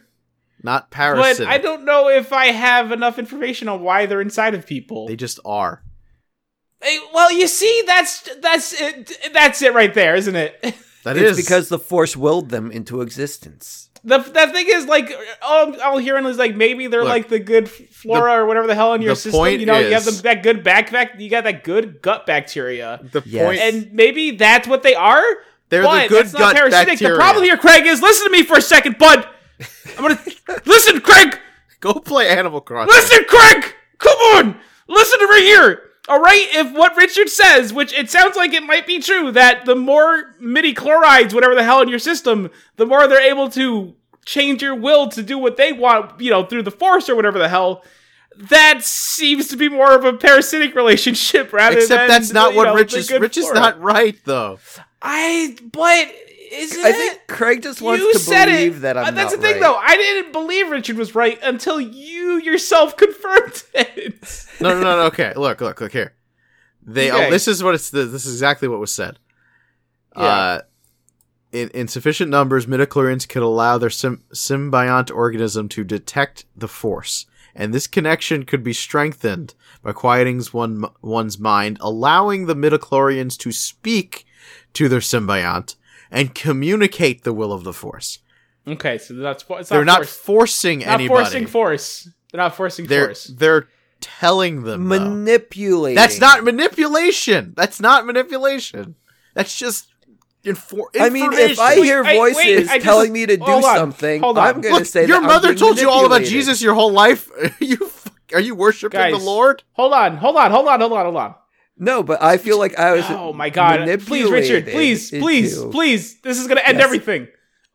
not but parasitic. I don't know if I have enough information on why they're inside of people. They just are. Hey, well, you see, that's that's it, that's it right there, isn't it? That It's is because the force willed them into existence. The the thing is, like, all, all hearing is like maybe they're Look, like the good flora or whatever the hell in your the system. point You know, you have the, is- that good back back, you got that good gut bacteria, the Yes. point. and maybe that's what they are. They're but the good that's gut not parasitic. bacteria. The problem here, Craig, is listen to me for a second, bud. I'm gonna listen, Craig. Go play Animal Crossing. Listen, Craig! Come on! Listen to me here! Alright, if what Richard says, which it sounds like it might be true, that the more midi chlorides, whatever the hell in your system, the more they're able to change your will to do what they want, you know, through the force or whatever the hell, that seems to be more of a parasitic relationship rather than. Except that's not you what know, Rich the is. good Rich is flora. not right though. I. But. Isn't I it? think Craig just wants Eh, you to said believe it. that I'm Uh, That's not the thing, right. though. I didn't believe Richard was right until you yourself confirmed it. No, no, no, no. Okay, look, look, look here. They. Okay. Oh, this is what it's. This is exactly what was said. Uh, in, in sufficient numbers, midichlorians could allow their sym- symbiont organism to detect the force, and this connection could be strengthened by quieting one, one's mind, allowing the midichlorians to speak to their symbiont and communicate the will of the force. okay, so that's it's They're not, not force. forcing not anybody. forcing force. They're not forcing they're force. they're telling them. though. Manipulating. That's not manipulation. That's not manipulation. That's just infor- information. I mean, if I hear Wait, wait, voices I just- telling me to do hold on, something, hold on. I'm going to Look, say your that I'm mother being told you all about manipulated. Jesus your whole life. Are you f- are you worshiping the Guys. Lord? Hold on, hold on, hold on, hold on, hold on. No, but I feel like I was. Oh my god! Please, manipulated Richard, please, please, into- please. This is gonna end Yes. everything.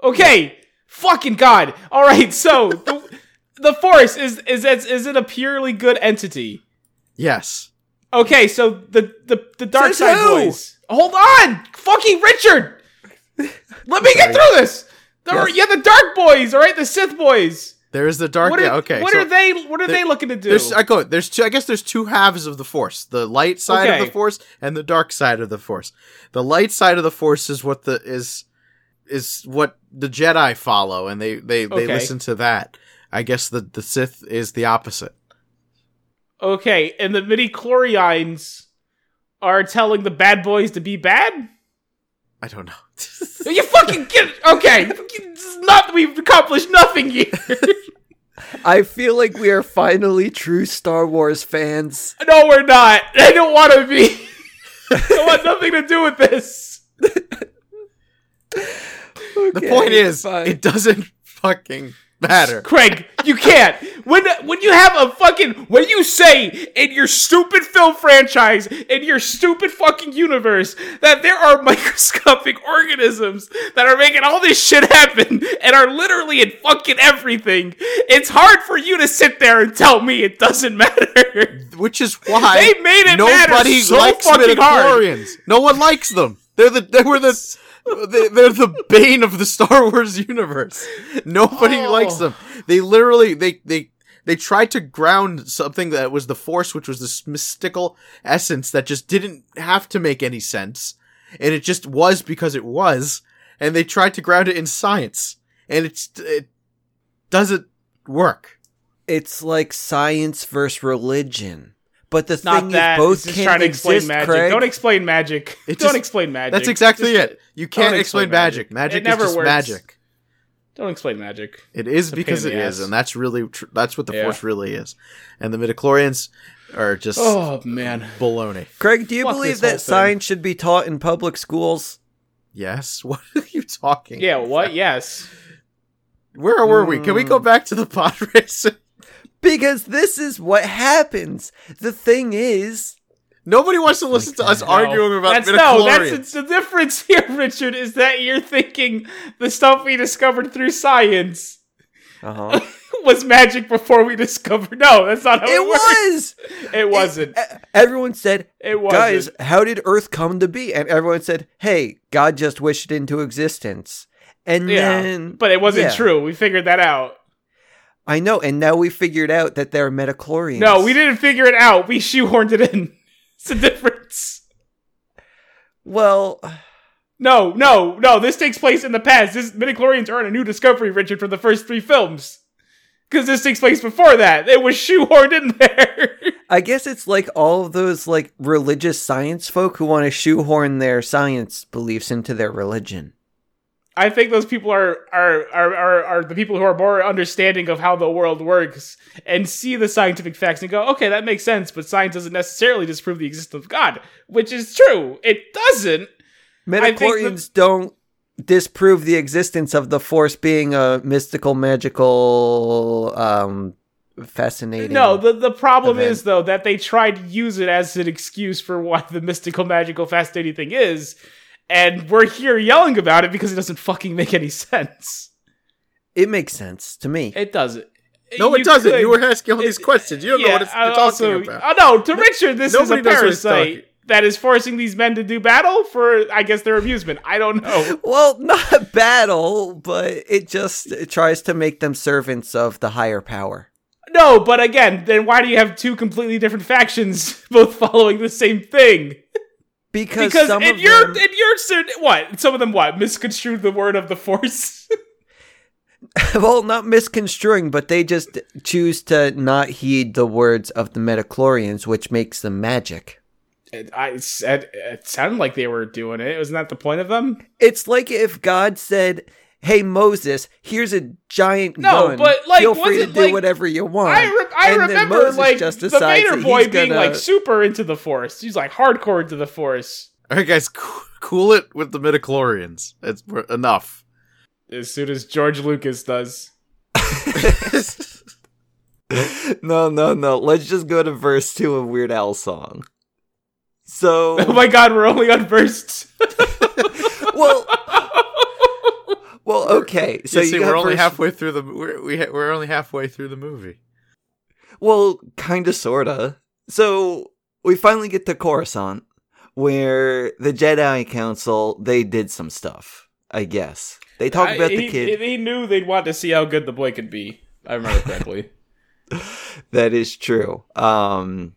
Okay, fucking god. All right, so the, the force is is is is it a purely good entity? Yes. Okay, so the the the dark Says side who? boys. Hold on, fucking Richard. Let me get through this. The, Yes. Yeah, the dark boys. All right, the Sith boys. There is the dark. What are, yeah, okay. what so are they? What are there- they looking to do? There's, I go. There's two. I guess there's two halves of the force: the light side of Okay. the force and the dark side of the force. The light side of the force is what the is is what the Jedi follow, and they they they Okay. listen to that. I guess the the Sith is the opposite. Okay, and the midi chlorians are telling the bad boys to be bad. I don't know. You fucking get okay. This is not we've accomplished nothing here. I feel like we are finally true Star Wars fans. no, we're not. I don't want to be. I want nothing to do with this. The Okay, point is, fine. it doesn't fucking matter. Craig, you can't. When when you have a fucking when you say in your stupid film franchise, in your stupid fucking universe, that there are microscopic organisms that are making all this shit happen and are literally in fucking everything, it's hard for you to sit there and tell me it doesn't matter. Which is why They made it matter nobody so likes fucking hard. midichlorians. No one likes them. They're the they were the they, they're the bane of the Star Wars universe. Nobody Oh. likes them. They literally they they they tried to ground something that was the force which was this mystical essence that just didn't have to make any sense and it just was because it was and they tried to ground it in science and it's it doesn't work. It's like science versus religion. But the Not thing that. is, both it's just can trying to exist, explain magic. Craig. Don't explain magic. It don't just- explain magic. That's exactly Just- it. You can't don't explain explain magic. magic. Magic It is never just works. magic. Don't explain magic. It is It's a pain because in it the is, ass. and that's really tr- that's what the Yeah. Force really is. And the midichlorians are just Oh man. baloney. Craig, do you Fuck believe this whole that thing. science should be taught in public schools? Yes, what are you talking? Yeah. about? What? Yes. Where were we? Can we Mm. go back to the pod race? Because this is what happens. The thing is, Nobody wants to listen to us arguing about Oh that's, midichlorians. no, that's it's the difference here, Richard. Is that you're thinking the stuff we discovered through science uh-huh. was magic before we discovered? No, that's not how it, it was. works. It wasn't. E- Everyone said, It wasn't. guys, how did Earth come to be? And everyone said, hey, God just wished it into existence. And yeah, then, but it wasn't yeah. true. We figured that out. I know. And now we figured out that they're metachlorians. No, we didn't figure it out. We shoehorned it in. It's a difference. Well, No, no, no. This takes place in the past. This midichlorians aren't a new discovery, Richard, from the first three films. Because this takes place before that. It was shoehorned in there. I guess it's like all of those like religious science folk who want to shoehorn their science beliefs into their religion. I think those people are are, are, are are the people who are more understanding of how the world works and see the scientific facts and go, okay, that makes sense, but science doesn't necessarily disprove the existence of God, which is true. It doesn't. think the- Metachlorians don't disprove the existence of the force being a mystical, magical, um, fascinating. No, the, the problem event. is though that they tried to use it as an excuse for what the mystical, magical, fascinating thing is, and we're here yelling about it because it doesn't fucking make any sense. it makes sense to me. It doesn't. no, it doesn't. could- You were asking all these it- questions. You don't know what it's, I you're talking also- about. Oh no, to Richard, this is nobody a knows what he's talking- parasite that is forcing these men to do battle for, I guess, their amusement. I don't know. well, not a battle, but it just it tries to make them servants of the higher power. No, but again, then why do you have two completely different factions both following the same thing? Because, Because some in of your them, in your cer- what some of them what misconstrued the word of the force. well, not misconstruing, but they just choose to not heed the words of the Metachlorians, which makes them magic. It- I said it sounded like they were doing it. Wasn't that the point of them? It's like if God said, "Hey Moses, here's a giant No, gun. but, like, feel free to wasn't, do like- whatever you want." I re- I And then remember Moses like just the decides Vader that boy he's being gonna- like super into the force. He's like hardcore into the force. All right, guys, coo- cool it with the midichlorians. It's we're- enough. As soon as George Lucas does. no, no, no. Let's just go to verse two of Weird Al song. So, Oh my god, we're only on verse. well, well, okay. So So see, you we're only halfway. halfway through the we're, we, ha- we're only halfway through the movie. Well, kind of, sort of. So we finally get to Coruscant, where the Jedi Council they did some stuff. I guess they talk about I- the he- kid. He, knew they'd want to see how good the boy could be. I remember correctly. that is true. Um,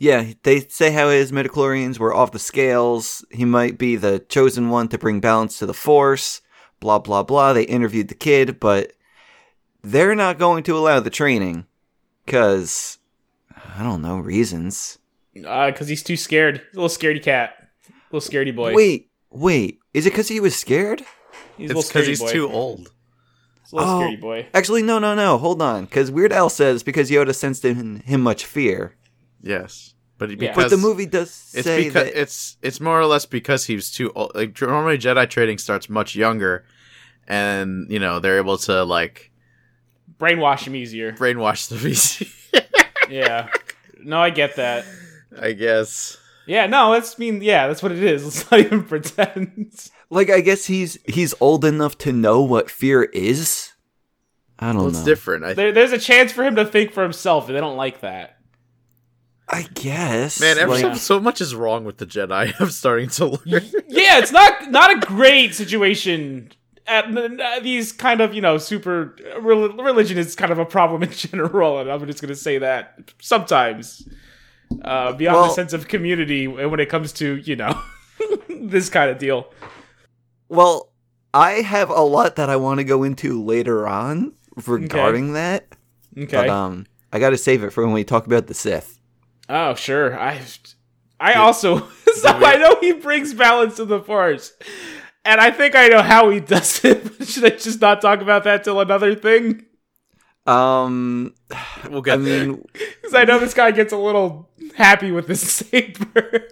yeah, they say how his midichlorians were off the scales. He might be the chosen one to bring balance to the Force. Blah blah blah. They interviewed the kid, but they're not going to allow the training because I don't know reasons. Uh, cause he's too scared. He's a little scaredy cat. little scaredy boy. Wait, wait. Is it because he was scared? he's It's a little because scaredy he's boy. too old. He's a little Oh. scaredy boy. Actually, no, no, no. Hold on. Because Weird Al says because Yoda sensed in him much fear. Yes, but Yeah. because But the movie does it's say because that. it's it's more or less because he was too old. Like normally Jedi trading starts much younger, and you know they're able to like Brainwash him easier. brainwash the VC. yeah. No, I get that. I guess. Yeah, no, that's mean. Yeah, that's what it is. Let's not even pretend. like, I guess he's he's old enough to know what fear is. I don't Well, it's know. different. I There, there's a chance for him to think for himself, and they don't like that. I guess. man, every like, so, so much is wrong with the Jedi. I'm starting to learn. Yeah, it's not not a great situation. At uh, these kind of you know super rel- religion is kind of a problem in general, and I'm just gonna say that sometimes uh, beyond Well- the sense of community when it comes to you know this kind of deal. well, I have a lot that I want to go into later on regarding that. Okay, But um, I got to save it for when we talk about the Sith. Oh, sure. I I also so I know he brings balance to the force. And I think I know how he does it. But should I just not talk about that till another thing? Um, We'll get I there. mean, Because I know this guy gets a little happy with his saber,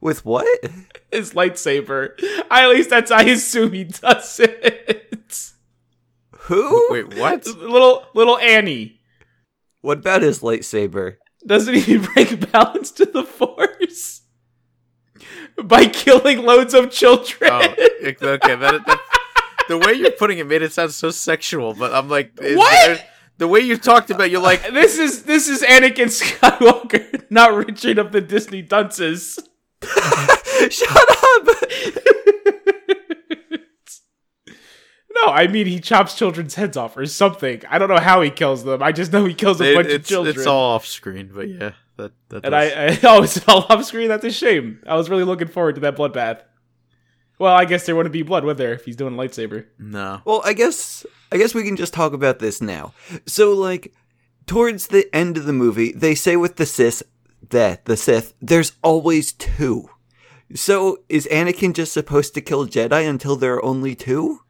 with what? his lightsaber. I, at least that's I assume he does it. Who? Wait, what? little little Annie. What about his lightsaber? Doesn't he bring balance to the force? By killing loads of children. Oh, okay. That, that, the way you're putting it made it sound so sexual, but I'm like, is What? the way you talked about, it, you're like, This is this is Anakin Skywalker, not Richard of the Disney Dunces. Shut up! No, I mean he chops children's heads off or something. I don't know how he kills them. I just know he kills a it- bunch of it's, children. it's all off screen, but yeah, that that. and does- I, I oh, it's all off screen. That's a shame. I was really looking forward to that bloodbath. Well, I guess there wouldn't be blood, would there, if he's doing a lightsaber? no. Well, I guess I guess we can just talk about this now. So like towards the end of the movie, they say with the Sith that the Sith, there's always two. So is Anakin just supposed to kill Jedi until there are only two?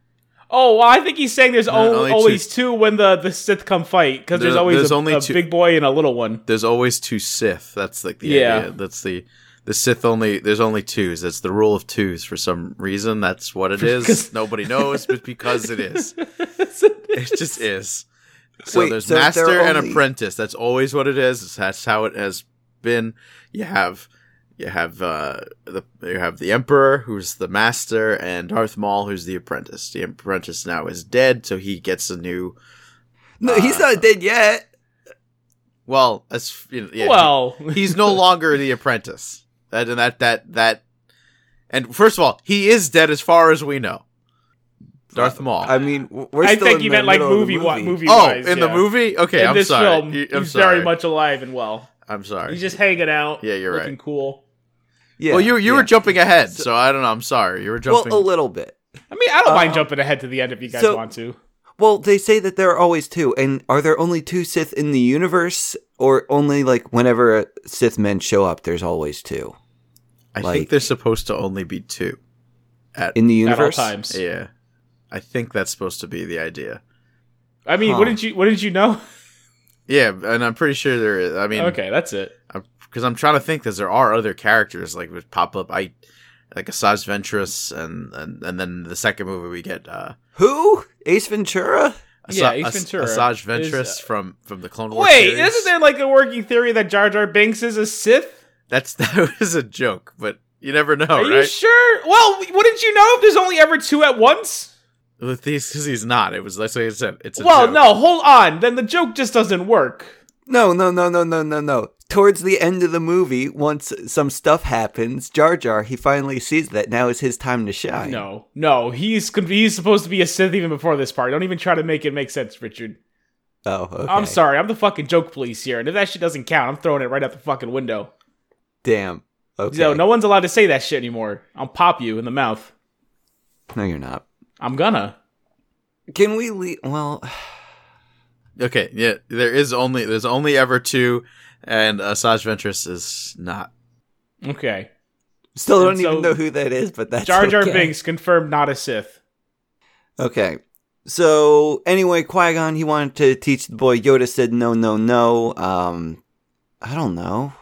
Oh, well, I think he's saying there's al- only two- always two when the, the Sith come fight because there's There- always there's a, only a two- big boy and a little one. There's always two Sith. That's like the Yeah. idea. That's the the Sith only. There's only twos. That's the rule of twos for some reason. That's what it is. Nobody knows, but because it is, it just is. So Wait, there's so there master are and only- apprentice. That's always what it is. That's how it has been. You have you have uh, the you have the emperor who's the master and Darth Maul who's the apprentice. The apprentice now is dead, so he gets a new. No, he's Uh, not dead yet. Well, as you know, yeah, he- well, he's no longer the apprentice. That and that that that. And first of all, he is dead as far as we know. Uh, Darth Maul. I mean, w- we're I still think in you the meant like middle of the movie movie, movie oh, wise, in the yeah. movie? Okay, in I'm this sorry. film, You- I'm he's sorry. very much alive and well. I'm sorry. He's just hanging out. Yeah, you're looking right. Cool. Yeah, well, you you yeah. were jumping ahead, so I don't know. I'm sorry. You were well uh, jumping. a little bit. I mean, I don't mind Uh, jumping ahead to the end if you guys so- want to. Well, they say that there are always two, and are there only two Sith in the universe, or only like whenever Sith men show up, there's always two I like- think there's supposed to only be two. in the At all universe? times. Yeah, I think that's supposed to be the idea. I mean, Huh. wouldn't you? Wouldn't you know? Yeah, and I'm pretty sure there is. I mean, okay, that's it. because I'm trying to think because there are other characters like would pop up. I like Asajj Ventress, and and and then the second movie we get uh, Who? Ace Ventura? Yeah, Asa- Ace As- Ventura Asajj is, Ventress uh, from from the Clone Wars. Wait, series. isn't there like a working theory that Jar Jar Binks is a Sith? That's that was a joke, but you never know, Are you Oh, right? sure? Well, wouldn't you know if there's only ever two at once? With these, because he's not. It was that's what I said. It's a well, joke. no, hold on. Then the joke just doesn't work. No, no, no, no, no, no, no. Towards the end of the movie, once some stuff happens, Jar Jar, he finally sees that now is his time to shine. No, no, he's con- he's supposed to be a Sith even before this part. Don't even try to make it make sense, Richard. Oh, okay. I'm sorry, I'm the fucking joke police here, and if that shit doesn't count, I'm throwing it right out the fucking window. Damn. Okay. So no one's allowed to say that shit anymore. I'll pop you in the mouth. No, you're not. I'm gonna. Can we leave? Well, Okay, yeah, there is only there's only ever two, and Asajj Ventress is not. Okay. still don't And so- even know who that is, but that's Jar Jar okay. Binks confirmed not a Sith. Okay. So anyway, Qui Gon he wanted to teach the boy. Yoda said no, no, no. Um, I don't know.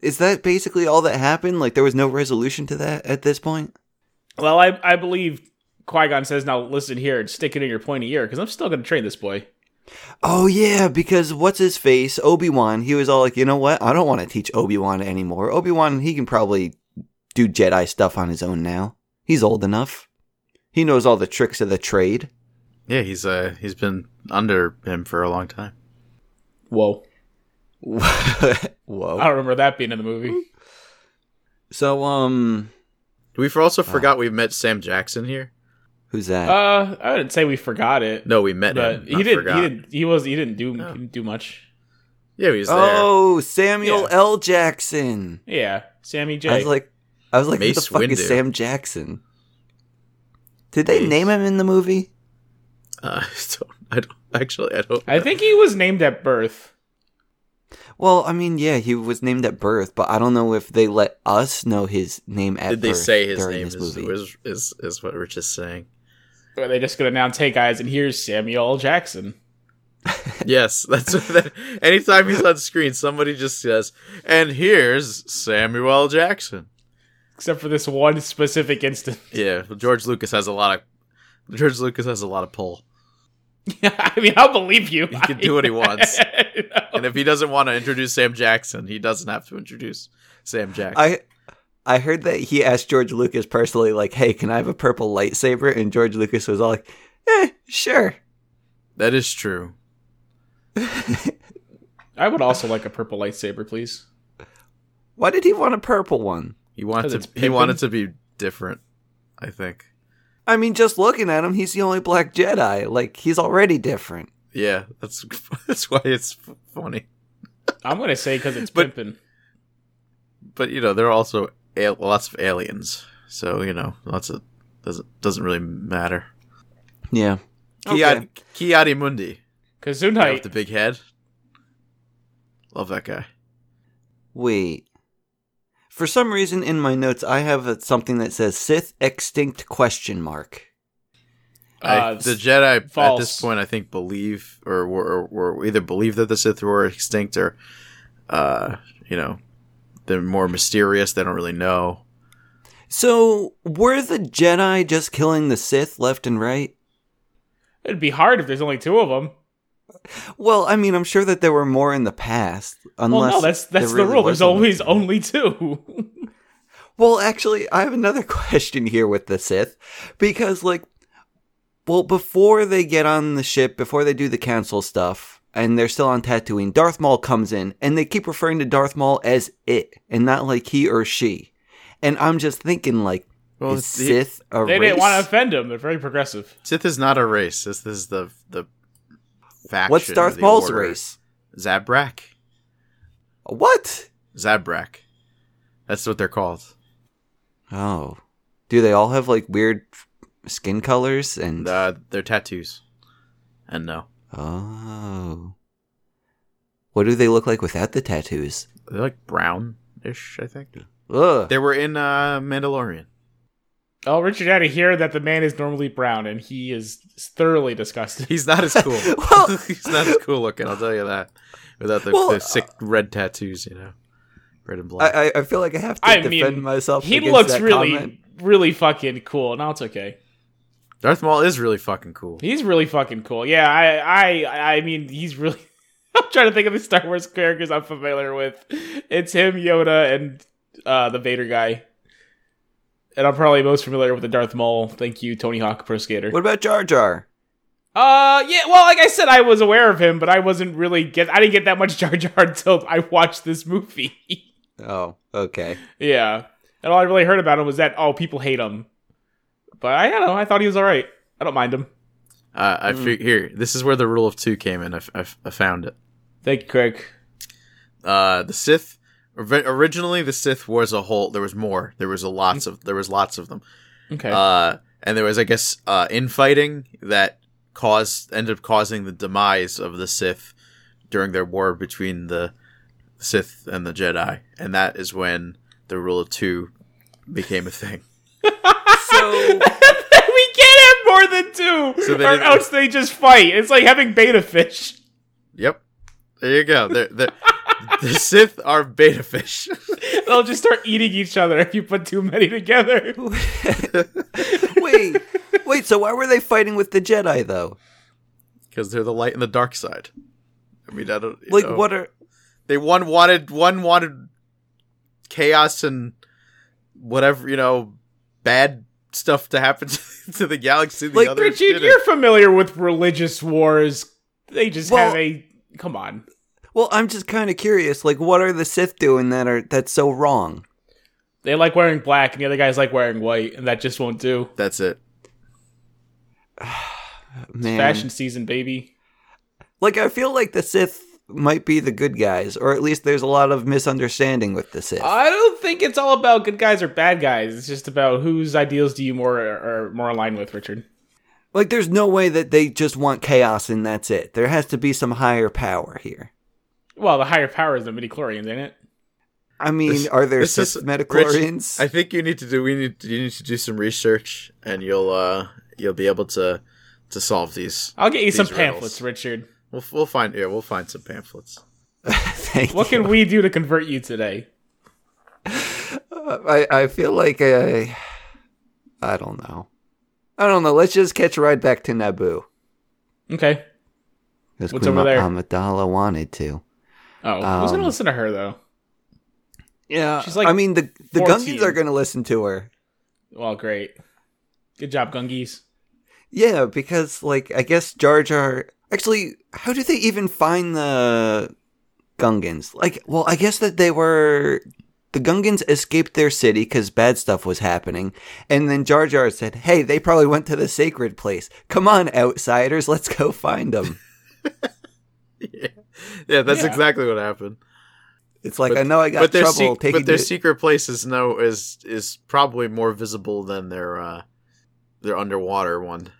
Is that basically all that happened? Like there was no resolution to that at this point. Well, I I believe Qui Gon says now listen here and stick it in your pointy ear because I'm still gonna train this boy. Oh yeah, because what's his face? Obi Wan. He was all like, you know what? I don't want to teach Obi Wan anymore. Obi Wan he can probably do Jedi stuff on his own now. He's old enough. He knows all the tricks of the trade. Yeah, he's uh he's been under him for a long time. Whoa. I Whoa. don't remember that being in the movie. So um, We also forgot we met Sam Jackson here. who's that? Uh I wouldn't say we forgot it. No, we met him. but he not didn't forgot. he didn't he was he didn't do No. he didn't do much. Yeah, he was there. Oh, Samuel Yeah. L. Jackson. Yeah. Sammy J. I was like, I was like, who the Mace fuck Windu. is Sam Jackson? Did they Mace. name him in the movie? Uh, I don't. I don't actually. I don't. I think he was named at birth. Well, I mean, yeah, he was named at birth, but I don't know if they let us know his name at Did they birth say his during name this is, movie. is is is what Rich is saying? Or are they just gonna announce, "Hey guys, and here's Samuel L. Jackson." yes, that's what that, anytime he's on screen, somebody just says, "And here's Samuel L. Jackson." Except for this one specific instance. Yeah, well, George Lucas has a lot of George Lucas has a lot of pull. I mean, I'll believe you. He can do what he wants, No. and if he doesn't want to introduce Sam Jackson, he doesn't have to introduce Sam Jackson. I I heard that he asked George Lucas personally, like, "Hey, can I have a purple lightsaber?" And George Lucas was all like, "Eh, sure." that is true. I would also like a purple lightsaber, please. Why did he want a purple one? He wanted 'Cause to it's he pimping. wanted to be different. I think. I mean, just looking at him, he's the only black Jedi. Like, he's already different. Yeah, that's that's why it's f- funny. I'm gonna say because it's But- pimping. But you know, there are also al- lots of aliens, so you know, lots of doesn't doesn't really matter. Yeah. Kiadi, Kiadi Mundi you know, with Kazunite. the big head. Love that guy. Wait. For some reason, in my notes, I have a, something that says Sith extinct question mark. I, Uh, the Jedi at this false. point, I think, believe or were, or were either believe that the Sith were extinct or, uh, you know, they're more mysterious. They don't really know. So, were the Jedi just killing the Sith left and right? It'd be hard if there's only two of them. Well, I mean, I'm sure that there were more in the past, unless well, no, that's there that's the really rule. There's wasn't. always only two. Well, actually, I have another question here with the Sith because, like, well, before they get on the ship, before they do the council stuff, and they're still on Tatooine, Darth Maul comes in, and they keep referring to Darth Maul as it, and not like he or she. And I'm just thinking, like, Well, is the- Sith a they race? didn't want to offend him. They're very progressive. Sith is not a race. This, this is the the faction. What's or Darth the Maul's order. race? Zabrak. What? Zabrak. That's what they're called. Oh, do they all have like weird skin colors and? Uh, they're tattoos. And uh, no, Oh. What do they look like without the tattoos? they're like brownish. I think Ugh. they were in uh, Mandalorian. Oh, Richard had to hear that the man is normally brown, and he is thoroughly disgusted. He's not as cool. Well- he's not as cool looking. I'll tell you that. Without the, Well, uh, the sick red tattoos, you know, red and black. I, I I feel like I have to I defend mean, myself. he against looks that really, comment. really fucking cool. No, it's okay. Darth Maul is really fucking cool. He's really fucking cool. Yeah, I, I, I mean, he's really. I'm trying to think of the Star Wars characters I'm familiar with. It's him, Yoda, and uh, the Vader guy. And I'm probably most familiar with the Darth Maul. Thank you, Tony Hawk Pro Skater. What about Jar Jar? Uh, yeah. Well, like I said, I was aware of him, but I wasn't really get. I didn't get that much Jar Jar until I watched this movie. Oh, okay. yeah, and all I really heard about him was that oh, people hate him. But I don't know. I thought he was all right. I don't mind him. Uh, I Mm. fig- here. This is where the rule of two came in. I, f- I f- I found it. Thank you, Craig. Uh, the Sith. ori- Originally, the Sith was a whole. There was more. There was a Mm. lots of. There was lots of them. Okay. Uh, and there was, I guess, uh, infighting that caused ended up causing the demise of the Sith during their war between the Sith and the Jedi, and that is when the rule of two became a thing. So we can't have more than two, So they or didn't- else they just fight. It's like having beta fish. Yep, there you go. They're, they're, the Sith are beta fish. They'll just start eating each other if you put too many together. wait, wait. So why were they fighting with the Jedi though? because they're the light and the dark side. I mean, I don't you Like, Oh. know. what are? they one wanted one wanted chaos and whatever you know bad stuff to happen to, to the galaxy. The Like, other Richard, didn't. you're familiar with religious wars. They just Well- have a come on. Well, I'm just kind of curious. Like, what are the Sith doing that are that's so wrong? They like wearing black, and the other guys like wearing white, and that just won't do. That's it. Mm. Man, Fashion season, baby. like I feel like the Sith might be the good guys, or at least there's a lot of misunderstanding with the Sith. I don't think it's all about good guys or bad guys. It's just about whose ideals do you more are more aligned with, Richard. Like, there's no way that they just want chaos and that's it. There has to be some higher power here. Well, the higher power is the midi chlorians, ain't it? I mean, This- are there this six is- metachlorians? I think you need to do we need you need to do some research and you'll uh you'll be able to to solve these. I'll get you some These riddles. pamphlets, Richard. We'll we'll find yeah, we'll find some pamphlets. Thank What can we do to convert you today? I, I feel like I, I don't know. I don't know. Let's just catch a ride back to Naboo. Okay. Because What's over there? Amidala wanted to. Oh, I who's gonna Um, listen to her though? Yeah, She's like I mean, the the 14. Gungans are going to listen to her. Well, great. Good job, Gungies. Yeah, because like I guess Jar Jar. Actually, how do they even find the Gungans? Like, well, I guess that they were the Gungans escaped their city because bad stuff was happening, and then Jar Jar said, "Hey, they probably went to the sacred place. Come on, outsiders, let's go find them." Yeah, yeah that's Yeah. exactly what happened. It's like But- I know I got but their trouble sec- taking but their the- secret place is no is is probably more visible than their uh their underwater one.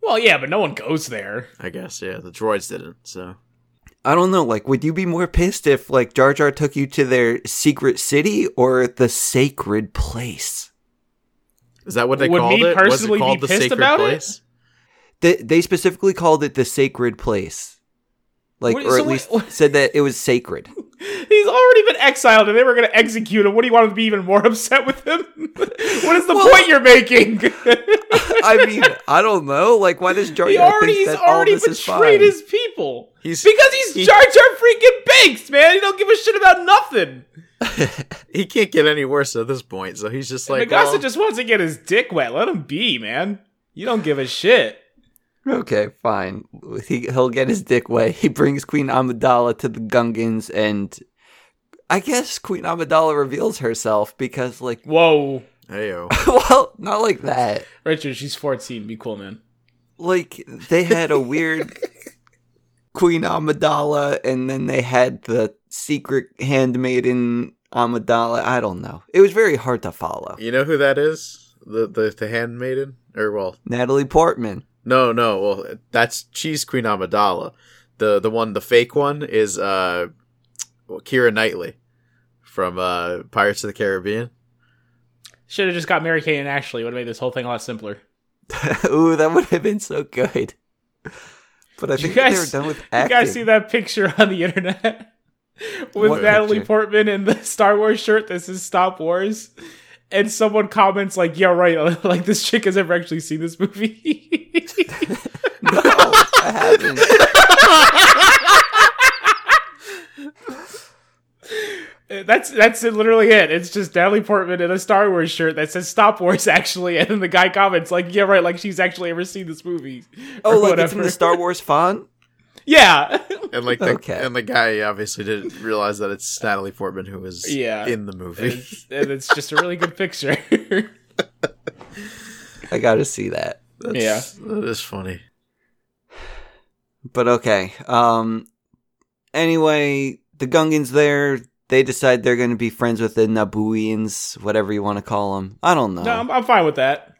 Well, yeah, but no one goes there. I guess yeah, the droids didn't. So I don't know. Like, would you be more pissed if like Jar Jar took you to their secret city or the sacred place? is that what they Would called it? me Was personally it be called the pissed sacred about it? place? They they specifically called it the sacred place, like Wait, or so at least what- said that it was sacred. He's already been exiled, and they were gonna execute him. What do you want him to be even more upset with him? what is the Well- point you're making? I mean, I don't know. Like, why does Jar he Jar already think he's that all already this is fine? betrayed his people. He's- because he's he- Jar Jar freaking Banks, man. He don't give a shit about nothing. He can't get any worse at this point. So he's just like, Nagasa um, well, just wants to get his dick wet. Let him be, man. You don't give a shit. Okay, fine. He he'll get his dick wet. He brings Queen Amidala to the Gungans, and I guess Queen Amidala reveals herself because, like, Whoa, heyo. well, not like that. Richard, she's fourteen. Be cool, man. like they had a weird Queen Amidala, and then they had the secret handmaiden Amidala. I don't know. It was very hard to follow. You know who that is? The the the handmaiden, or well, Natalie Portman. no, no, well, that's she's Queen Amidala. The the one, the fake one, is uh, well, Kira Knightley from uh Pirates of the Caribbean. Should have just got Mary Kate and Ashley. Would have made this whole thing a lot simpler. Ooh, that would have been so good. But I You think that guys- they were done with You acting. guys see that picture on the internet with What Natalie picture? Portman in the Star Wars shirt that says "Stop Wars," and someone comments like, "Yeah, right. uh, Like this chick has ever actually seen this movie." No, I haven't. that's that's it, literally it. It's just Natalie Portman in a Star Wars shirt that says "Stop Wars" actually, and then the guy comments like, "Yeah, right. Like she's actually ever seen this movie." Oh, or like it's in the whatever. Star Wars font. Yeah. And like the, Okay. and the guy obviously didn't realize that it's Natalie Portman who is Yeah. in the movie. and, and it's just a really good picture. I gotta see that. That's, Yeah. that is funny. But okay. Um anyway, the Gungans there, they decide they're going to be friends with the Nabooians, whatever you want to call them. I don't know. no, I'm, I'm fine with that.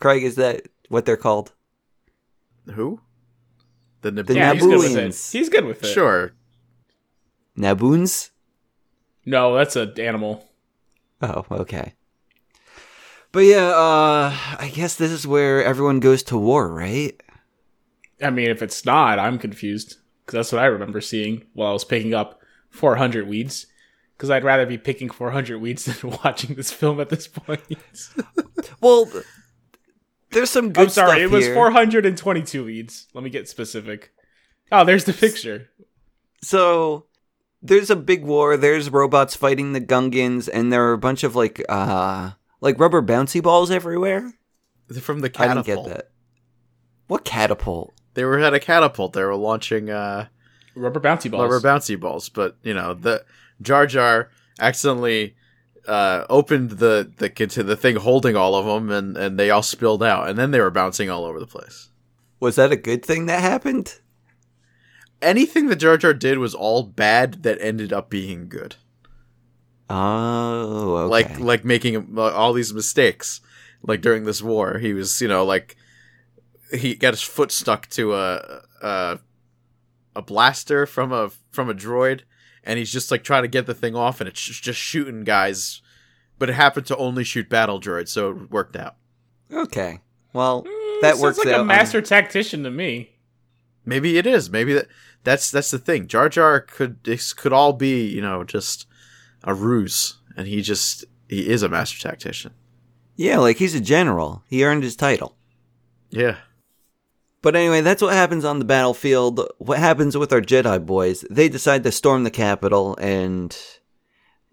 Craig is that what they're called? Who? The, The Naboo. Yeah, he's good with it. Nabooians. He's good with it. Sure. Naboons? No, that's an animal. Oh, okay. But yeah, uh I guess this is where everyone goes to war, right? I mean, if it's not, I'm confused because that's what I remember seeing while I was picking up 400 weeds. Because I'd rather be picking 400 weeds than watching this film at this point. Well, th- there's some good I'm sorry, stuff it was here. 422 weeds. Let me get specific. Oh, there's the picture. so there's a big war there's robots fighting the gungans and there are a bunch of like uh like rubber bouncy balls everywhere From the i catapult. didn't get that what catapult They were at a catapult. They were launching uh, Rubber bouncy balls. rubber bouncy balls, but you know the Jar Jar accidentally uh, opened the the cont- the thing holding all of them, and and they all spilled out, and then they were bouncing all over the place. was that a good thing that happened Anything that Jar Jar did was all bad that ended up being good. oh okay. like like making uh, all these mistakes like during this war he was you know like he got his foot stuck to a a a blaster from a from a droid, and he's just like trying to get the thing off, and it's sh- just shooting guys. But it happened to only shoot battle droids, so it worked out. Okay. Well, Mm, that sounds works like out. a on- master tactician to me. Maybe it is. Maybe that that's that's the thing. Jar Jar could this could all be you know just a ruse, and he just he is a master tactician. yeah, like he's a general. He earned his title. Yeah. But anyway, that's what happens on the battlefield. What happens with our Jedi boys? They decide to storm the capital, and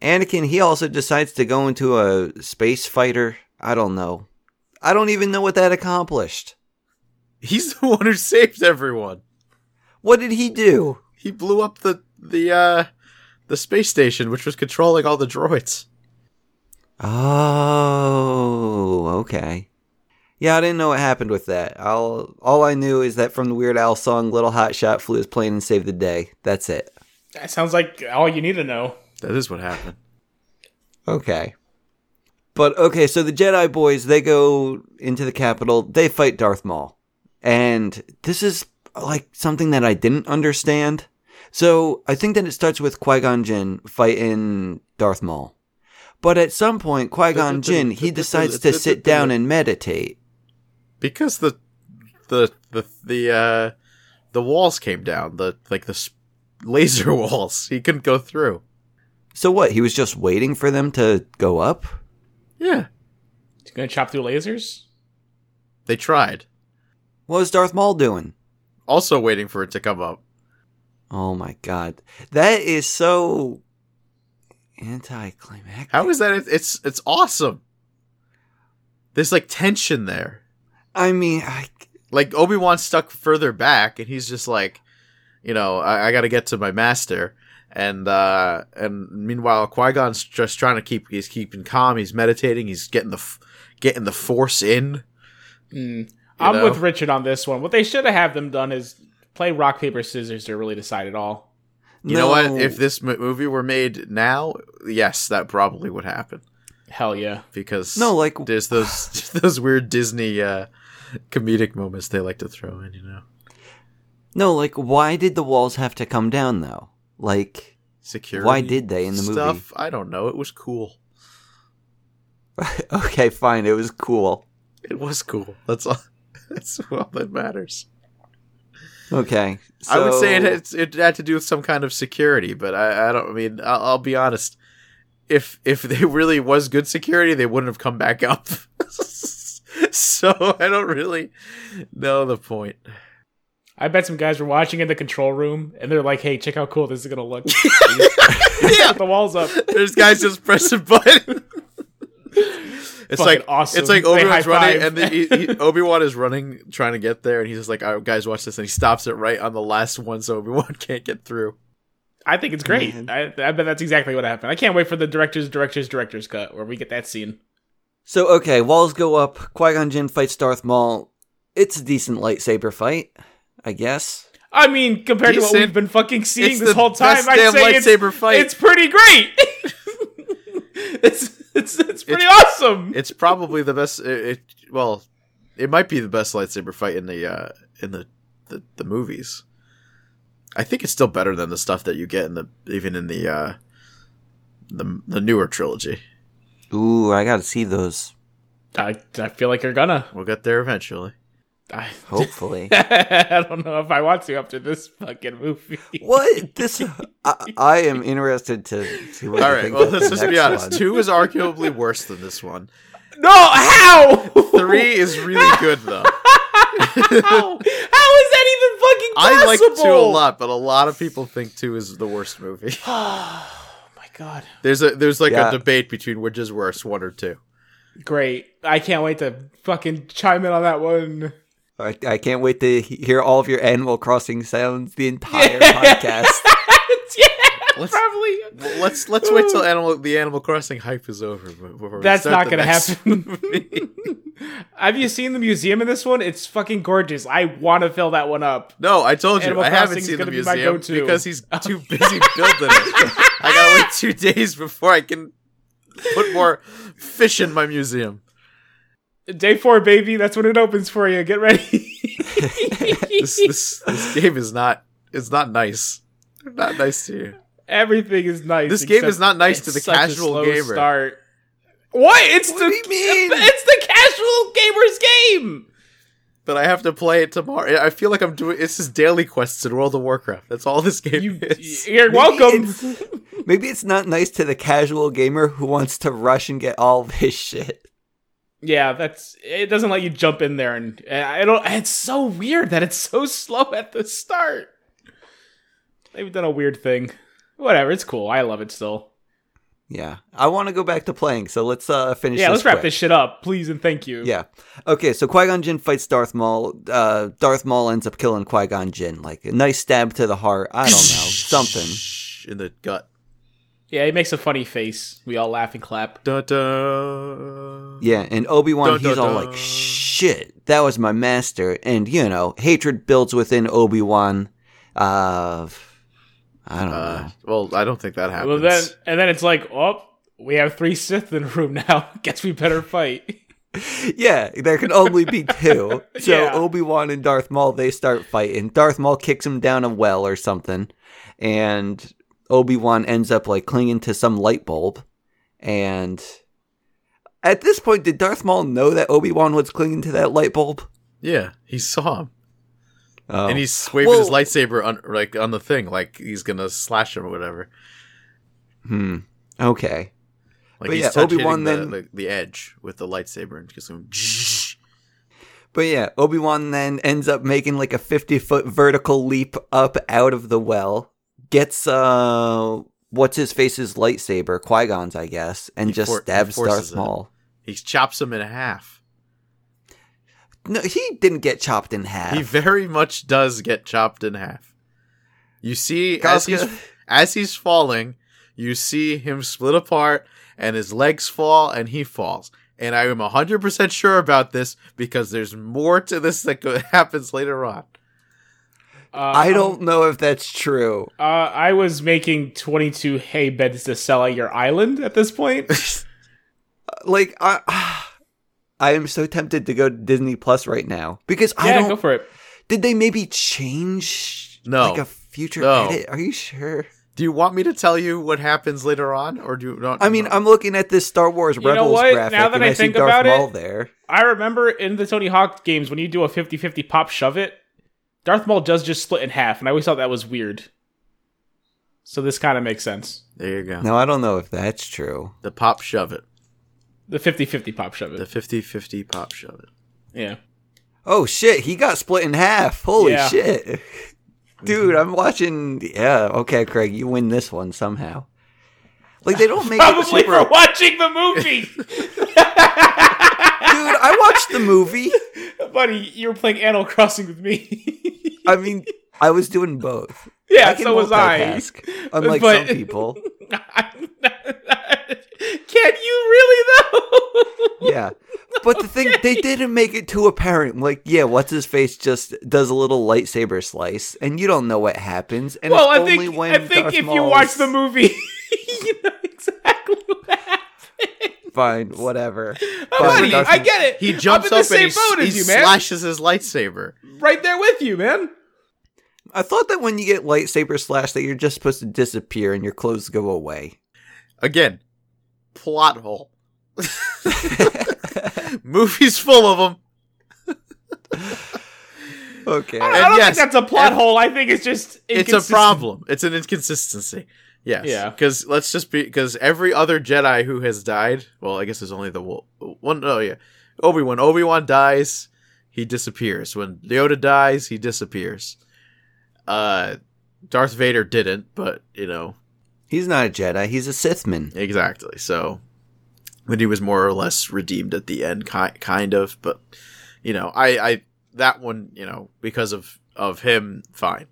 Anakin he also decides to go into a space fighter. I don't know. I don't even know what that accomplished. He's the one who saved everyone. What did he do? He blew up the the uh the space station which was controlling all the droids. Oh, okay. Yeah, I didn't know what happened with that. All all I knew is that from the Weird Al song, "Little Hot Shot flew his plane and saved the day." That's it. That sounds like all you need to know. That is what happened. Okay. But okay, so the Jedi boys, they go into the capital, they fight Darth Maul. And this is like something that I didn't understand. So I think that it starts with Qui Gon Jinn fighting Darth Maul. But at some point, Qui Gon Jinn, he decides to sit down and meditate. because the the the the uh the walls came down, the like the s laser walls. He couldn't go through. So what? He was just waiting for them to go up? Yeah. He's gonna chop through lasers. They tried. What was Darth Maul doing? Also waiting for it to come up. Oh my god. That is so anticlimactic. How is that? It's- It's it's awesome. There's like tension there. I mean, I, Like Obi Wan's stuck further back, and he's just like, you know, I, I got to get to my master. And uh and meanwhile, Qui Gon's just trying to keep he's keeping calm. He's meditating. He's getting the f- getting the force in. Mm. You I'm know? with Richard on this one. What they should have have them done is play rock paper scissors to really decide it all. You know what? If this mo- movie were made now, yes, that probably would happen Hell yeah. because No, like- there's those those weird Disney uh, comedic moments they like to throw in. You know, no, like, why did the walls have to come down though? Like, security. Why did they in the movie? stuff? I don't know. It was cool. okay, fine, it was cool. It was cool. That's all. That's all that matters. Okay, I would say it so- had, it had to do with some kind of security, but I, I don't. I mean, I'll, I'll be honest. If if they really was good security, they wouldn't have come back up. so I don't really know the point. I bet some guys were watching in the control room and they're like, hey, check how cool this is gonna look. yeah, Put the walls up. There's guys just pressing button. It's Fucking like awesome. It's like They Obi Wan's running, and high-five. the, he, Obi Wan is running, trying to get there, and he's just like, "Alright, "Guys, watch this!" And he stops it right on the last one, so Obi Wan can't get through. I think it's great. Man. I, I bet that's exactly what happened. I can't wait for the director's director's director's cut where we get that scene. So okay, walls go up. Qui Gon Jinn fights Darth Maul. It's a decent lightsaber fight, I guess. I mean, compared to what Decent. we've been fucking seeing It's this the whole time, best I'd damn say it's- lightsaber fight. It's pretty great. it's, it's it's pretty awesome. It's probably the best. It, it well, it might be the best lightsaber fight in the uh, in the, the the movies. I think it's still better than the stuff that you get in the even in the uh, the the newer trilogy. Ooh, I gotta see those. I, I feel like you're gonna. We'll get there eventually. I, Hopefully, I don't know if I want to after this fucking movie. what this? I, I am interested to see what. All you right. think Well, about let's the just be next honest. one. Two is arguably worse than this one. No, how? Three is really good though. how? How is that even fucking I like possible? two a lot, but a lot of people think two is the worst movie. oh my god. There's a there's like Yeah. a debate between which is worse, one or two. Great. I can't wait to fucking chime in on that one. I, I can't wait to he- hear all of your Animal Crossing sounds the entire podcast. yeah, Let's- probably. Well, let's let's wait till animal the Animal Crossing hype is over. before we That's start not the gonna next- happen. Have you seen the museum in this one? It's fucking gorgeous. I want to fill that one up. No, I told you Animal I haven't Crossing's seen the gonna be my museum go-to. because he's too busy building it. I gotta wait two days before I can put more fish in my museum. Day four, baby. That's when it opens for you. Get ready. This this, this game is not is not nice. They're not nice to you. Everything is nice. This game except is not nice it's to the such a casual slow gamer. Start. What? It's What the do you mean? it's the casual gamer's game. But I have to play it tomorrow. I feel like I'm doing. It's just daily quests in World of Warcraft. That's all this game You, is. you're welcome. It's- maybe it's not nice to the casual gamer who wants to rush and get all of his shit. Yeah, that's it. Doesn't let you jump in there, and, and I don't. It's so weird that it's so slow at the start. They've done a weird thing. Whatever, it's cool. I love it still. Yeah, I want to go back to playing. So let's uh finish. Yeah, this let's wrap quick. this shit up, please and thank you. Yeah. Okay, so Qui Gon Jinn fights Darth Maul. Uh, Darth Maul ends up killing Qui Gon Jinn, like a nice stab to the heart. I don't know, something. in the gut. yeah. He makes a funny face. We all laugh and clap. Dun, dun. Yeah, and Obi Wan, Dun, he's dun, all dun. like, "Shit, that was my master." And you know, hatred builds within Obi Wan. Of, I don't Uh, know. well, I don't think that happens. Well, then and then it's like, oh, we have three Sith in the room now. Guess we better fight. Yeah, there can only be two. So Yeah. Obi Wan and Darth Maul they start fighting. Darth Maul kicks him down a well or something, and Obi Wan ends up like clinging to some light bulb. And at this point, did Darth Maul know that Obi Wan was clinging to that light bulb? yeah, he saw him, Oh. and he's waving his Well- lightsaber on like on the thing, like he's gonna slash him or whatever. hmm. okay. Like But he's yeah, touch hitting Obi-Wan the, then- the, the edge with the lightsaber and just going. But yeah, Obi Wan then ends up making like a 50 foot vertical leap up out of the well, gets, uh, what's his face's lightsaber, Qui Gon's, I guess, and He just for- he stabs Darth forces it. Maul. He chops him in half. No, he didn't get chopped in half. He very much does get chopped in half. You see, as Kafka- he's as he's falling, you see him split apart and his legs fall and he falls. And I am 100% sure about this because there's more to this that go- happens later on. Uh, I don't know if that's true. Uh, I was making twenty-two hay beds to sell at your island at this point. Like, I. I am so tempted to go to Disney Plus right now because I yeah, don't. go for it. Did they maybe change No. like a future No. edit? Are you sure? Do you want me to tell you what happens later on or do you not? I mean, I'm looking at this Star Wars You know Rebels what? graphic, Now that and I I, see think Darth about it- Maul there. I remember in the Tony Hawk games when you do a 50-50 pop shove it, Darth Maul does just split in half, and I always thought that was weird. So this kind of makes sense. There you go. Now I don't know if that's true. The pop shove it. The 50-50 pop shove The it. 50-50 pop shove it. Yeah. Oh shit, he got split in half. Holy Yeah. shit. Dude, I'm watching yeah, okay, Craig, you win this one somehow. Like they don't make it Probably super for watching the movie. Dude, I watched the movie. Buddy, you were playing Animal Crossing with me. I mean, I was doing both. yeah, I can so was I. multitask, Unlike But- some people. Can you really though? Yeah. But the thing they didn't make it too apparent. Like, yeah, what's his face just does a little lightsaber slice and you don't know what happens. And well, it's I think only when I think Darth if you Maul's- watch the movie, you know exactly what happened. Fine, whatever. Oh, buddy, Darth- I get it. He jumps I'm in up the same and he, boat he as you, man. slashes his lightsaber. Right there with you, man. I thought that when you get lightsaber slash that you're just supposed to disappear and your clothes go away. Again, plot hole. Movie's full of them. Okay. I don't yes, think that's a plot and- hole. I think it's just it's a inconsistent. problem. It's an inconsistency. Yes. Yeah. Because let's just be because every other Jedi who has died, well, I guess there's only the wo- one. Oh yeah, Obi Wan. Obi Wan dies, he disappears. When Yoda dies, he disappears. Uh, Darth Vader didn't, but you know He's not a Jedi, he's a Sithman. exactly. So, when he was more or less redeemed at the end, ki- kind of. But you know, I, I that one, you know, because of of him, fine.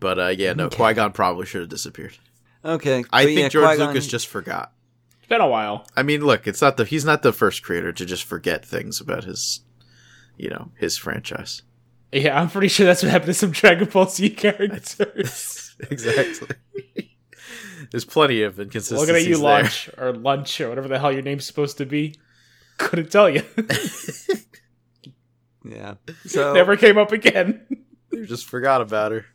But uh, yeah, no, Okay. Qui Gon probably should have disappeared. Okay. I but think yeah, George Qui-Gon- Lucas just forgot. It's been a while. I mean, look, it's not the he's not the first creator to just forget things about his, you know, his franchise. Yeah, I'm pretty sure that's what happened to some Dragon Ball Z characters. exactly. There's plenty of inconsistencies. Looking at you, there. lunch or lunch or whatever the hell your name's supposed to be. Couldn't tell you. Yeah. So Never came up again. You just forgot about her.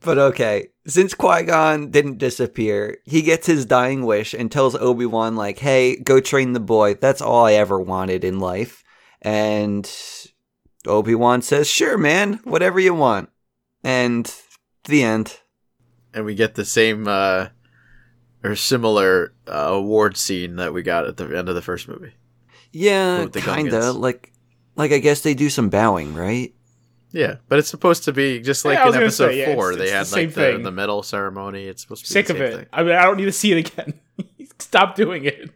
But okay, since Qui Gon didn't disappear, he gets his dying wish and tells Obi Wan, like, hey, go train the boy. That's all I ever wanted in life. And Obi Wan says, sure, man, whatever you want. And the end. and we get the same uh, or similar uh, award scene that we got at the end of the first movie. Yeah, With the kinda. Gungans. Like, like I guess they do some bowing, right? Yeah, but it's supposed to be just like Yeah, I was in gonna episode say, yeah, it's- four. it's they the had same like the, thing. the medal ceremony. It's supposed to be Sick the of same it. Thing. I mean, I don't need to see it again. Stop doing it.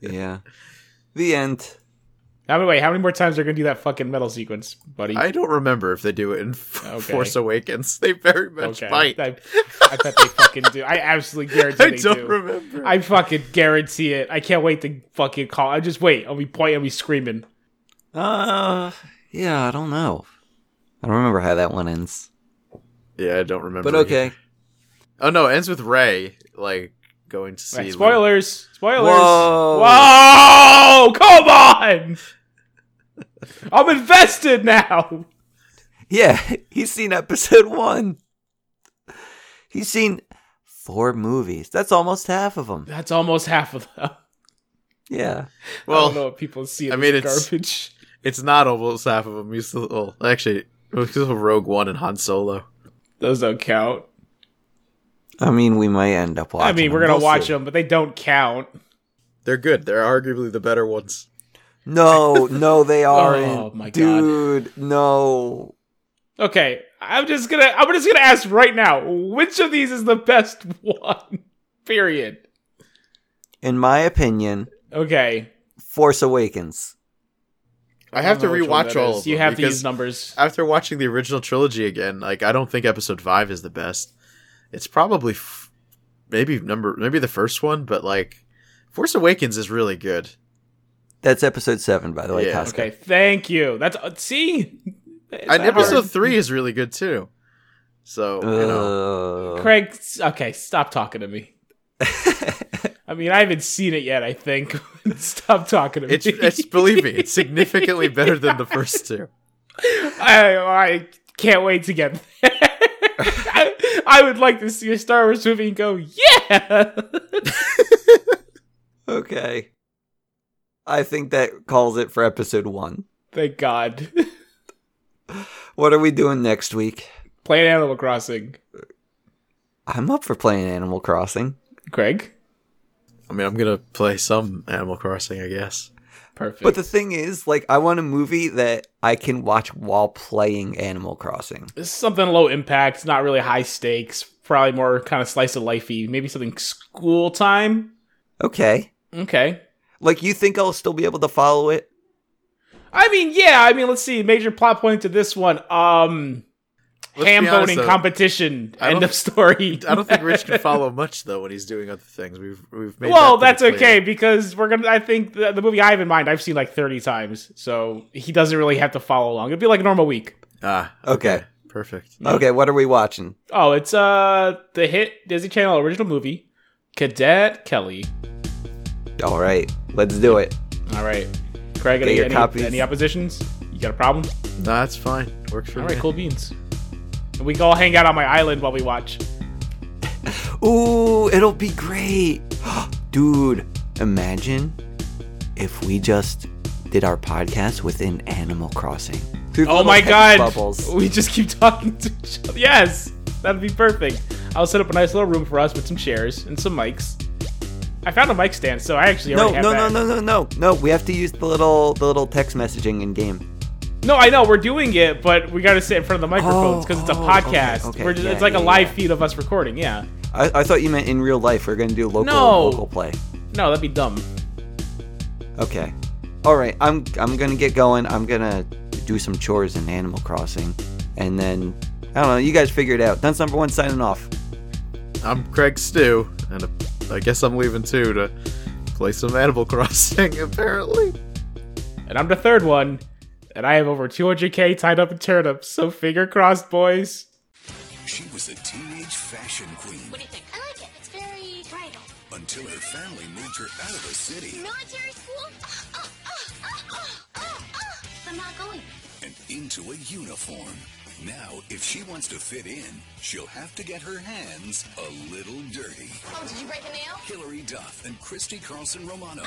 Yeah. The end. Now, by the way, how many more times are going to do that fucking metal sequence, buddy? I don't remember if they do it in F- Okay. Force Awakens. They very much might. I, I bet they fucking do. I absolutely guarantee I they don't do. remember. I fucking guarantee it. I can't wait to fucking call. I just wait. I'll be pointing. I'll be screaming. Uh, yeah, I don't know. I don't remember how that one ends. yeah, I don't remember. But okay. Oh no, it ends with Ray like going to see. Right, Luke. spoilers. Spoilers. Whoa. Whoa! Come on. I'm invested now. Yeah, he's seen episode one. He's seen four movies. That's almost half of them. That's almost half of them. Yeah. I don't know Well, what people see. in I this mean, it's- garbage. it's not almost half of them. You still well, actually it was still Rogue One and Han Solo. Those don't count. I mean, we might end up watching. I mean, we're 'em. gonna We'll watch see. them, but they don't count. They're good. They're arguably the better ones. No, no, they aren't. Oh, my God. dude, no. Okay, I'm just gonna I'm just gonna ask right now, which of these is the best one? Period. In my opinion, Okay, Force Awakens. I have to don't know which one rewatch that all is. of You them have to because use numbers. After watching the original trilogy again, like I don't think episode 5 is the best. It's probably f- maybe number maybe the first one, but like Force Awakens is really good. That's episode seven, by the way, Yeah. Costco. Okay, thank you. That's uh, see, And It's not episode hard. 3 is really good too. So, you Uh. know, Ugh. Craig. s- Okay, stop talking to me. I mean, I haven't seen it yet. I think. stop talking to it's me. it's believe me, it's significantly better than the first two. I, I can't wait to get there. I, I would like to see a Star Wars movie and go, yeah. okay. I think that calls it for episode one. Thank God. What are we doing next week? Playing Animal Crossing. I'm up for playing Animal Crossing. Craig. I mean, I'm going to play some Animal Crossing, I guess. Perfect. But the thing is, like, I want a movie that I can watch while playing Animal Crossing. this is something low impact, not really high stakes, probably more kind of slice of lifey, maybe something school time. Okay. Okay. Like, you think I'll still be able to follow it? I mean, yeah, I mean, let's see. Major plot point to this one. Um Let's ham be honest, boning though, competition. I End don't- of story. I don't think Rich can follow much though when he's doing other things. We've we've made well, that that's pretty clear. okay because we're gonna. I think the, the movie I have in mind I've seen like thirty times, so he doesn't really have to follow along. It'd be like a normal week. Ah, Okay. perfect. Okay, what are we watching? Oh, it's uh the hit Disney Channel original movie, Cadet Kelly. All right, let's do it. All right, Craig, Get any, your any, copies. any oppositions? You got a problem? No, that's fine. Works for All me. right, cool beans. And we can all hang out on my island while we watch. Ooh, it'll be great. Dude, imagine if we just did our podcast within Animal Crossing. Through Oh little my hex god! Bubbles. We just keep talking to each other. Yes, that'd be perfect. I'll set up a nice little room for us with some chairs and some mics. I found a mic stand, so I actually No, already have no, no, that. no, no, no, no. We have to use the little, the little text messaging in game. No, I know we're doing it, but we got to sit in front of the microphones because it's a oh, podcast. okay, okay. We're just, Yeah, it's like yeah, a live yeah. feed of us recording. Yeah. I, I thought you meant in real life. We're gonna do local, No. local play. No, that'd be dumb. Okay. All right. I'm I'm gonna get going. I'm gonna do some chores in Animal Crossing, and then I don't know. You guys figure it out. Dunce number one signing off. I'm Craig Stew, and I guess I'm leaving too to play some Animal Crossing. Apparently, And I'm the third one, and I have over 200k tied up in turnips. So finger crossed, boys. She was a teenage fashion queen What do you think? I like it. It's very bridal. until her family moved her out of the city Military school? Ah, ah, ah, ah, ah, ah, ah. I'm not going. and into a uniform. Now, if she wants to fit in, she'll have to get her hands a little dirty. Oh, did you break a nail? Hillary Duff and Christy Carlson Romano